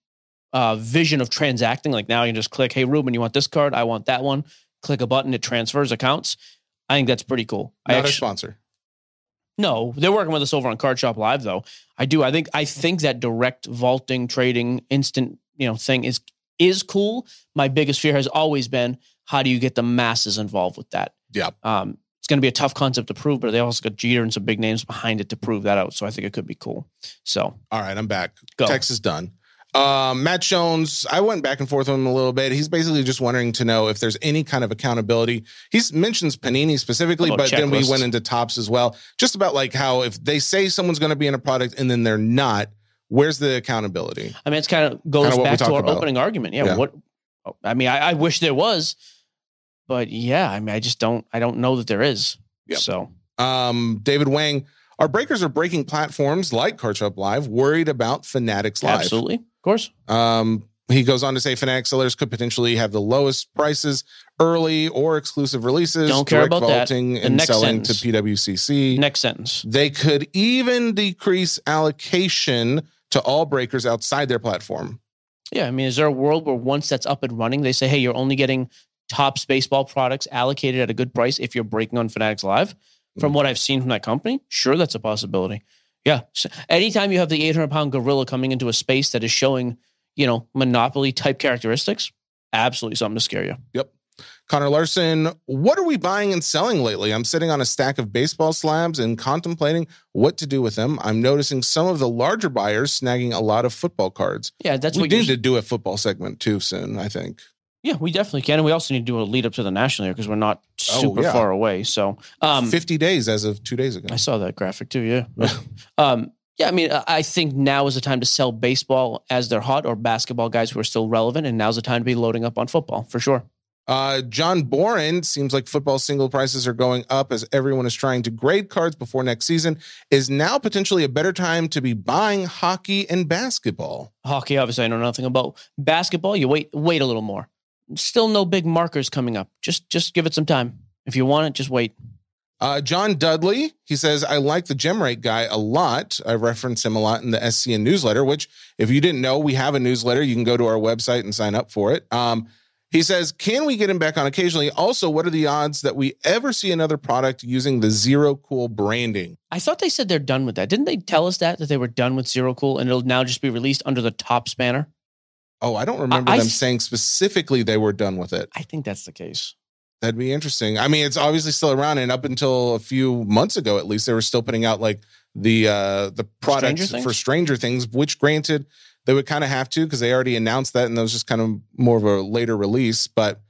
uh, vision of transacting. Like now you can just click, hey, Ruben, you want this card? I want that one. Click a button, it transfers accounts. I think that's pretty cool. I
not a
actu-
sponsor.
no, they're working with us over on Card Shop Live though. I do. I think I think that direct vaulting trading instant, you know, thing is is cool. My biggest fear has always been how do you get the masses involved with that?
Yeah.
Um, it's going to be a tough concept to prove, but they also got Jeter and some big names behind it to prove that out. So I think it could be cool. So
All right, I'm back.
Go.
Text is done. Um, Matt Jones, I went back and forth on him a little bit. He's basically just wanting to know if there's any kind of accountability. He mentions Panini specifically,
How
but
about
then we
checklists?
went into Tops as well, just about like how if they say someone's going to be in a product and then they're not, where's the accountability?
I mean, it's kind of goes
Kinda what we
back to
talked
our
about.
opening argument. Yeah,
Yeah.
What? I mean, I, I wish there was, but yeah, I mean, I just don't. I don't know that there is.
Yep.
So
Um, David Wang, our breakers are breaking platforms like Card Shop Live, worried about Fanatics Live.
absolutely, of course.
Um, he goes on to say Fanatic sellers could potentially have the lowest prices early or exclusive releases.
Don't care
direct
about that.
vaulting
The
and
next
selling
sentence.
to PWCC.
Next sentence.
They could even decrease allocation to all breakers outside their platform.
Yeah, I mean, is there a world where once that's up and running, they say, "Hey, you're only getting top baseball products allocated at a good price if you're breaking on Fanatics Live"? From
Mm.
what I've seen from that company, sure, that's a possibility. Yeah, so anytime you have the 800 pound gorilla coming into a space that is showing, you know, monopoly type characteristics, absolutely something to scare you.
Connor Larson, what are we buying and selling lately? I'm sitting on a stack of baseball slabs and contemplating what to do with them. I'm noticing some of the larger buyers snagging a lot of football cards.
Yeah, that's
we
what
need
you.
to do a football segment too soon, I think.
Yeah, we definitely can, and we also need to do a lead up to the national year because we're not
Oh,
super
yeah.
far away. So, um,
50 days as of two days ago.
I saw that graphic too. Yeah. um, yeah. I mean, I- I think now is the time to sell baseball as they're hot or basketball guys who are still relevant. And now's the time to be loading up on football for sure.
Uh, John Boren seems like football single prices are going up as everyone is trying to grade cards before next season. Is now potentially a better time to be buying hockey and basketball?
Hockey, obviously, I know nothing about basketball. You wait, wait a little more. Still no big markers coming up. Just, just give it some time. If you want it, just wait.
Uh, John Dudley, he says, I like the gem rate guy a lot. I reference him a lot in the SCN newsletter, which, if you didn't know, we have a newsletter. You can go to our website and sign up for it. Um, he says, Can we get him back on occasionally? Also, what are the odds that we ever see another product using the Zero Cool branding?
I thought they said they're done with that. Didn't they tell us that that they were done with Zero Cool and it'll now just be released under the top spanner?
Oh, I don't remember
I- I
them
s-
saying specifically they were done with it.
I think that's the case.
That'd be interesting. I mean, it's obviously still around, and up until a few months ago, at least, they were still putting out like the uh the products
Stranger Things?
for Stranger Things, which granted they would kind of have to because they already announced that, and that was just kind of more of a later release. But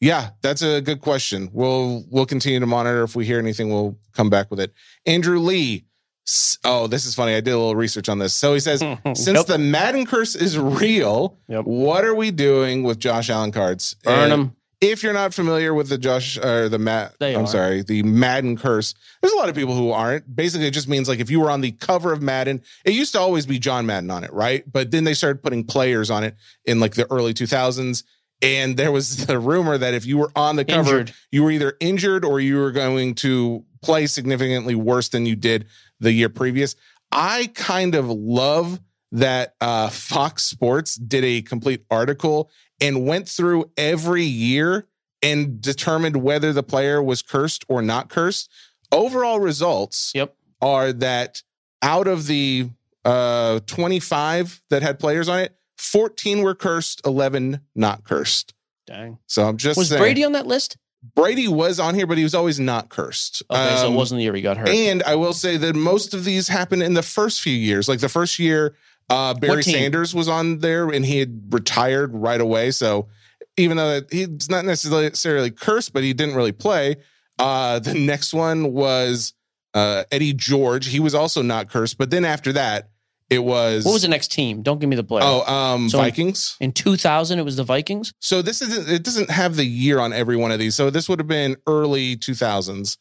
yeah, that's a good question. We'll we'll continue to monitor. If we hear anything, we'll come back with it. Andrew Lee S- Oh, this is funny. I did a little research on this. So he says,
Hmm,
since the Madden curse is real,
Yep.
what are we doing with Josh Allen cards?
Burn
And
them.
If you're not familiar with the Josh or the Matt,
They
I'm
are.
sorry, the Madden curse. There's a lot of people who aren't. Basically, it just means like if you were on the cover of Madden, it used to always be John Madden on it, right? But then they started putting players on it in like the early 2000s. And there was the rumor that if you were on the cover,
Injured.
you were either injured or you were going to play significantly worse than you did the year previous. I kind of love that uh, Fox Sports did a complete article and went through every year and determined whether the player was cursed or not cursed. Overall results
Yep.
are that out of the uh, 25 that had players on it, 14 were cursed, 11 not cursed.
Dang.
So I'm just
Was
saying.
Brady on that list?
Brady was on here, but he was always not cursed.
Okay, so
Um,
it wasn't the year he got hurt.
And I will say that most of these happened in the first few years. Like the first year, uh, Barry
team?
Sanders was on there, and he had retired right away. So even though that he's not necessarily cursed, but he didn't really play. Uh, the next one was uh, Eddie George. He was also not cursed, but then after that, it was
what was the next team? Don't give me the player.
Oh, um,
So-
Vikings.
In 2000, it was the Vikings.
So this isn't it doesn't have the year on every one of these. So this would have been early 2000s.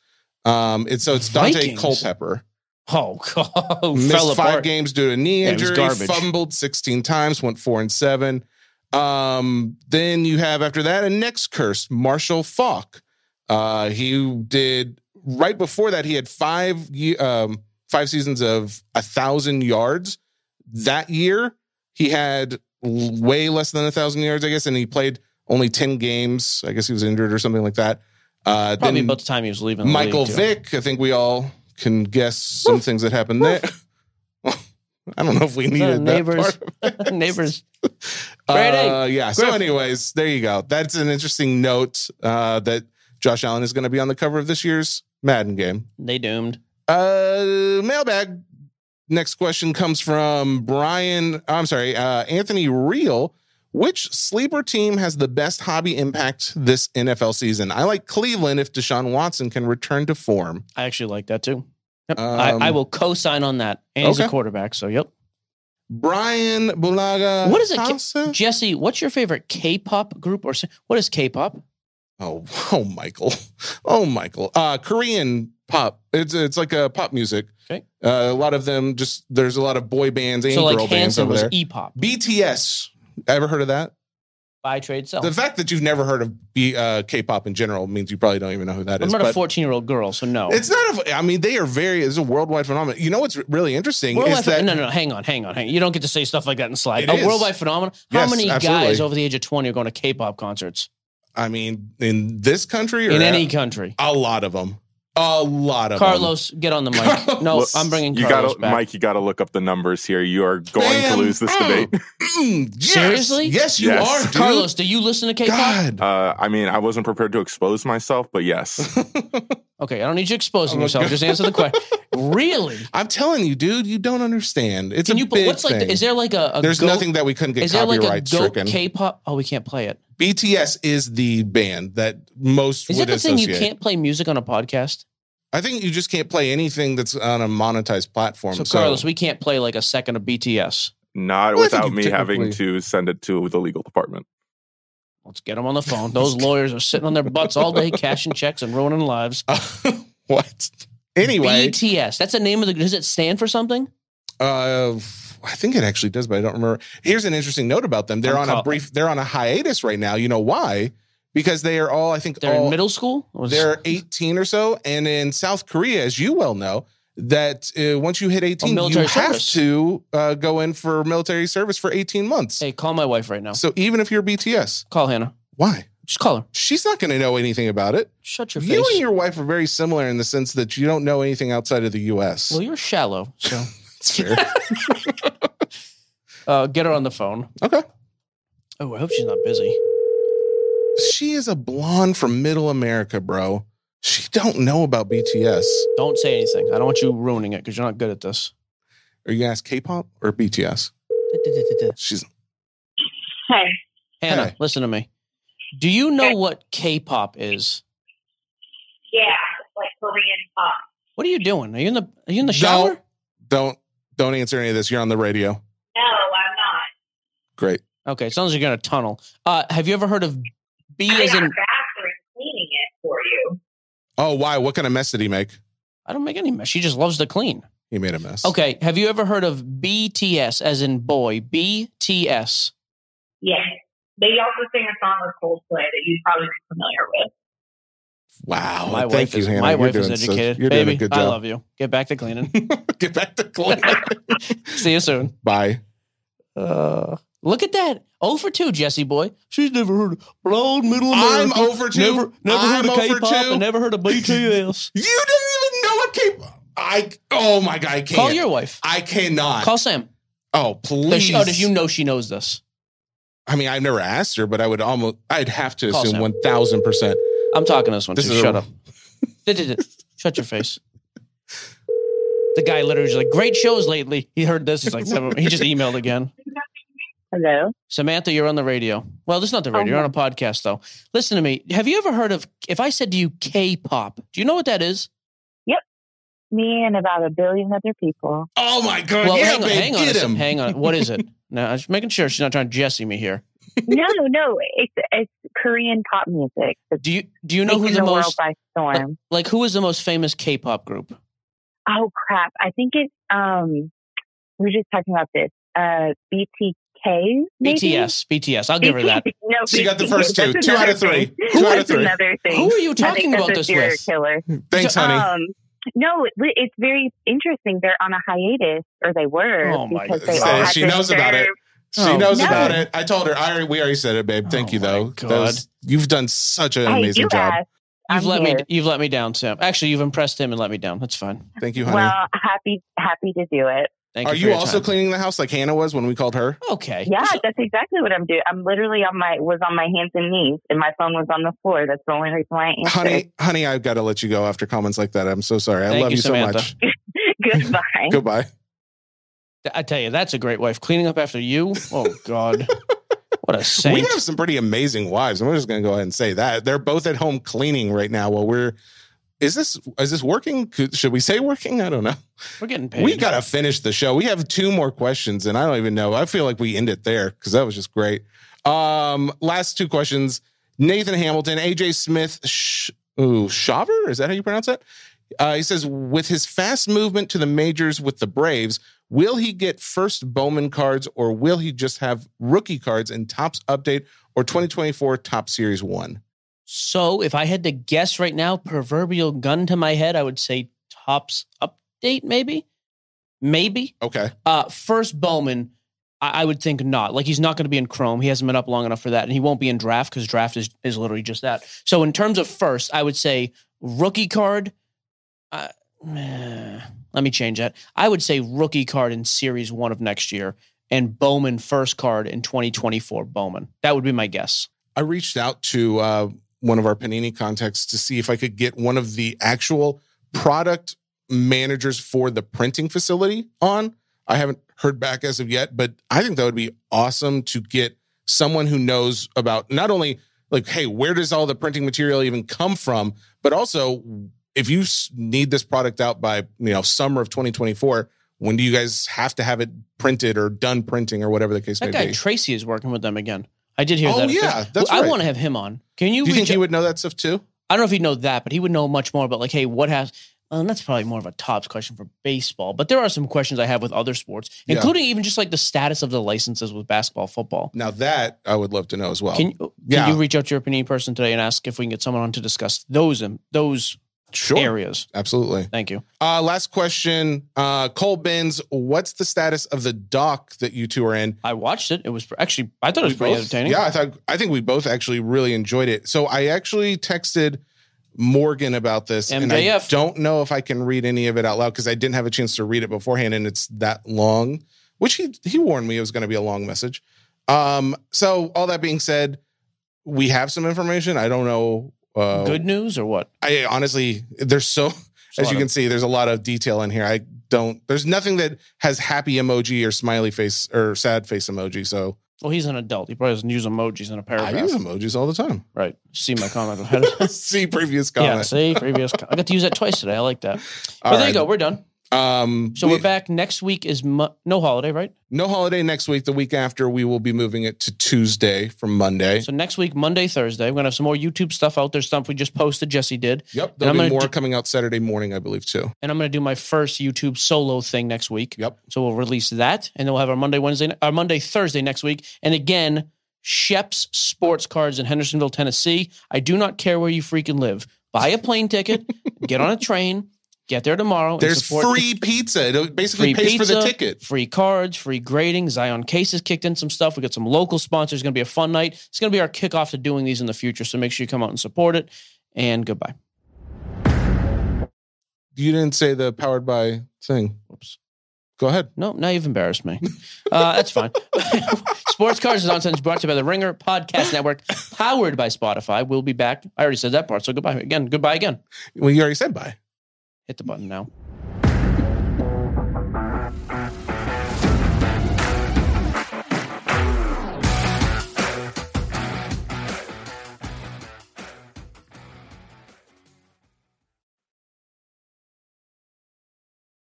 Um it's so it's Dante
Vikings?
Culpepper.
Oh, God.
Missed
Fell
five
apart.
games due to knee
Yeah, it was
injury,
garbage.
fumbled 16 times, went 4 and 7. Um then you have after that a next curse, Marshall Falk. Uh he did right before that he had 5 ye- um 5 seasons of a 1000 yards. That year he had l- way less than a thousand yards, I guess, and he played only ten games. I guess he was injured or something like that. Uh,
Probably
then
about the time he was leaving. the
Michael
league, too.
Vick. I think we all can guess some things that happened there. I don't know if we
Uh,
needed that
neighbors.
part.
neighbors.
Uh, yeah. So,
Griff.
anyways, there you go. That's an interesting note uh, that Josh Allen is going to be on the cover of this year's Madden game.
They doomed.
Uh, mailbag. Next question comes from Brian. I'm sorry, uh, Anthony Real. Which sleeper team has the best hobby impact this NFL season? I like Cleveland if Deshaun Watson can return to form.
I actually like that too. Yep.
Um,
I, I will co sign on that. And he's
okay.
a quarterback, so yep.
Brian Bulaga.
What is it?
Thompson?
Jesse, what's your favorite K pop group or sing- what is K pop?
Oh, oh, Michael. Oh, Michael. Uh, Korean pop. It's it's like a pop music.
Okay.
Uh, a lot of them just there's a lot of boy bands and
So, like
girl bands
Hanson
over
was
there.
E pop.
BTS. Ever heard of that?
Buy, trade, sell.
The fact that you've never heard of B, uh, K-pop in general means you probably don't even know who that
I'm
is,
not a
but
14 year old girl, so no.
it's not. A, I mean, they are very. It's a worldwide phenomenon. You know what's really interesting
Worldwide
is
phe-
that
no, no, no, hang on, hang on, hang on. You don't get to say stuff like that in slide.
It
A
is.
worldwide phenomenon. How
Yes,
many guys
absolutely.
over the age of 20 are going to K pop concerts
I mean, in this country or
in any country?
a lot of them, a lot of 'em.
Carlos, get on the mic. No,
Look,
I'm bringing
you
Carlos
gotta,
back.
Mike. You got to look up the numbers here. You are going
Bam.
to lose this debate.
Mm, yes.
Seriously?
Yes, you
Yes.
are, dude.
Carlos, do you listen to K pop?
God.
Uh, I mean, I wasn't prepared to expose myself, but yes,
Okay, I don't need you exposing
Oh my
yourself.
God.
Just answer the question. really?
I'm telling you, dude, you don't understand. It's
Can
a
you put
big
what's like?
thing.
the- Is there like a, a
There's
goat-
nothing that we couldn't get
Is there like
copyright
a goat
stricken.
K-pop? Oh, we can't play it.
BTS is the band that most
Is
would
that the thing
associate.
you can't play music on a podcast?
I think you just can't play anything that's on a monetized platform.
So, Carlos, we can't play like a second of BTS.
not
Well, I think
without
you
me having
typically-
to send it to the legal department.
Let's get them on the phone. Those lawyers are sitting on their butts all day, cashing checks and ruining lives.
what? Anyway,
BTS. That's the name of the. Does it stand for something?
uh, I think it actually does, but I don't remember. Here's an interesting note about them. They're
I'm
on a
call-
brief. They're on a hiatus right now. You know why? Because they are all. I think
They're
all,
in middle school. Or is-
Oh, they're 18 or so and in south korea as you well know that uh, once you hit 18 you
military
have
service.
to uh, go in for military service for 18 months
Hey, call my wife right now.
so even if you're bts
Call Hannah.
why
Just call her.
she's not going to know anything about it
Shut your
you
face.
and your wife are very similar in the sense that you don't know anything outside of the us
well, you're shallow. So
That's fair.
uh, get her on the phone.
okay
Oh, I hope she's not busy.
she is a blonde from middle america bro she don't know about bts
Don't say anything. I don't want you ruining it because you're not good at this.
are you gonna ask k-pop or bts she's
Hey,
Hannah,
Hey.
listen to me. Do you know what K-pop is?
yeah, like Korean pop.
What are you doing? Are you in the Are you in the shower?
Don't don't answer any of this. You're on the radio.
No, I'm not.
Great.
Okay, sounds like you're gonna tunnel. Uh, have you ever heard of B
I
as
got
in?
faster in cleaning it for you.
Oh, why? What kind of mess did he make?
I don't make any mess. She just loves to clean.
He made a mess.
Okay, have you ever heard of BTS as in boy? BTS.
Yes. They also sing a song with Coldplay that you'd probably be familiar with.
Wow.
my
Oh, Thank
wife
you,
is
Hannah.
my
You're
wife is
doing so-
educated.
you're
Baby,
doing a good
I
job.
love you. Get back to cleaning.
Get back to clean.
See you soon.
Bye.
Uh, look at that. 0 for 2, Jesse boy. She's never heard of blonde middle
I'm
America.
over two.
Never, never
I'm
heard of
over
K-pop
two.
and never heard of BTS.
You didn't even know what came. I. Oh my god. I can't.
Call your wife.
I cannot.
Call Sam.
oh
Does
please.
she, oh, does you know she knows this?
I mean, I've never asked her, but I would almost. I'd have to
Call
assume
Sam.
one thousand percent.
I'm talking to this one
This
too.
is a-
Shut up. Shut your face. The guy literally was like, great shows lately. He heard this. He's like, he just emailed again.
Hello?
Samantha, you're on the radio. Well, this is not the radio.
Oh,
you're on
no.
a podcast, though. Listen to me. Have you ever heard of, if I said to you K-pop, do you know what that is?
Me and about a billion other people.
Oh my god. yeah,
hang, on,
babe,
hang on.
get
a sec-
him.
Hang on. What is it? no, I'm just making sure she's not trying to Jesse me here.
no, no. It's it's Korean pop music. It's
Do you do you know who
taking
the
world
most,
by storm.
like, who is the most famous K-pop group?
oh crap. I think it's um we were just talking about this. Uh BTK maybe?
BTS. BTS. I'll give her that.
No,
She got the
BTK.
first two.
That's
Two out of
another
three.
thing.
Two out of
That's
three.
another thing.
Who are you
I
talking
think
about
that's a
this
serial
with?
Killer.
Thanks, honey.
Um, no, it, it's very interesting. They're on a hiatus, or they were.
Oh, my
because they
God.
all had
She
to
knows about it.
serve-
She
Oh,
knows
no.
about it. I told her. I already, we already said it, babe. Thank
Oh
you,
my
though.
God.
That was- you've done such an
Hey,
amazing
you
job.
asked.
You've
I'm
let
here.
me you've let me down, Sam. Actually, you've impressed him and let me down. That's fine.
Thank you, honey.
Well, happy happy to do it.
Thank
Are
you. for
you
your
also
time.
cleaning the house like Hannah was when we called her?
Okay.
Yeah,
Just-
that's exactly what I'm doing. I'm literally on my was on my hands and knees, and my phone was on the floor. That's the only reason why I answered.
Honey, honey, I've got to let you go after comments like that. I'm so sorry. I
Thank
love
you,
you, so
Samantha.
much.
Goodbye.
Goodbye.
I tell you, that's a great wife. Cleaning up after you. Oh God, what a
We
saint!
have some pretty amazing wives, and we're just going to go ahead and say that they're both at home cleaning right now. While we're is this is this working? Could, should we say working? I don't know.
We're getting paid.
We got to finish the show. We have two more questions, and I don't even know. I feel like we end it there because that was just great. Um, last two questions: Nathan Hamilton, AJ Smith, Sh- ooh, Shaver. Is that how you pronounce it? Uh, he says, with his fast movement to the majors with the Braves, will he get first Bowman cards, or will he just have rookie cards in Tops Update or 2024 Top Series One?
so. If I had to guess right now, proverbial gun to my head, I would say tops update, maybe, maybe.
Okay,
Uh, first Bowman, I, I would think not. Like he's not going to be in Chrome. He hasn't been up long enough for that, and he won't be in draft because draft is is literally just that. So in terms of first, I would say rookie card. Uh, eh, let me change that. I would say rookie card in Series One of next year, and Bowman first card in 2024. Bowman. That would be my guess.
I reached out to uh, one of our Panini contacts to see if I could get one of the actual product managers for the printing facility on. I haven't heard back as of yet, but I think that would be awesome to get someone who knows about not only like, hey, where does all the printing material even come from, but also if you s- need this product out by you know summer of 2024, when do you guys have to have it printed or done printing or whatever the case
That
may
guy
be?
Tracy is working with them again. I did hear
Oh,
that.
yeah, that's
I
right.
want to have him on. Can you?
Do you think
reach
he would know that stuff too?
I don't know if he'd know that, but he would know much more about like, hey, what has. Well, that's probably more of a tops question for baseball, but there are some questions I have with other sports,
Yeah.
including even just like the status of the licenses with basketball, football.
Now that I would love to know as well.
Can, can
yeah.
you reach out to your opinion person today and ask if we can get someone on to discuss those and those
sure.
areas?
Absolutely.
Thank you.
Uh, last question. Uh, Cole Benz, what's the status of the doc that you two are in?
I watched it. It was pr- actually I thought it was
We
pretty
both-
entertaining.
Yeah, I thought I think we both actually really enjoyed it. So I actually texted Morgan about this, and I
MJF.
don't know if I can read any of it out loud because I didn't have a chance to read it beforehand, and it's that long. Which he he warned me it was going to be a long message. Um, so all that being said, we have some information. I don't know. Uh,
Good news or what?
I honestly, there's so
There's
as
a lot
you can
of-
see, there's a lot of detail in here. I don't. There's nothing that has happy emoji or smiley face or sad face emoji. So
well, he's an adult. He probably doesn't use emojis in a
I
paragraph.
use emojis all the time.
right. See my comment ahead.
see previous
yeah.
comment.
See previous. com- I got to use that twice today. I like that.
All
but there
right.
you go. We're done.
Um,
So
we-
we're back next week. Is mo- no holiday, right?
No holiday next week. The week after, we will be moving it to Tuesday from Monday.
So next week, Monday, Thursday, we're gonna have some more YouTube stuff out there. Stuff we just posted. Jesse did,
Yep. There'll
I'm
be
gonna
more
do-
coming out Saturday morning, I believe, too.
and I'm gonna do my first YouTube solo thing next week.
Yep.
So we'll release that, and then we'll have our Monday, Wednesday, our Monday, Thursday next week. And again, Shep's Sports Cards in Hendersonville, Tennessee. I do not care where you freaking live. Buy a plane ticket, get on a train, get there tomorrow. and
There's
support-
free pizza. It basically
Free
pays for the
pizza.
ticket.
free cards, free grading. Zion Cases kicked in some stuff. We got some local sponsors. It's going to be a fun night. It's going to be our kickoff to doing these in the future. So make sure you come out and support it. And goodbye.
You didn't say the powered by thing. Whoops. Go ahead.
No, now you've embarrassed me. Uh, that's fine. Sports Cards and Nonsense brought to you by the Ringer Podcast Network, powered by Spotify. We'll be back. I already said that part. So goodbye again. Goodbye again.
Well, you already said bye.
Hit the button now.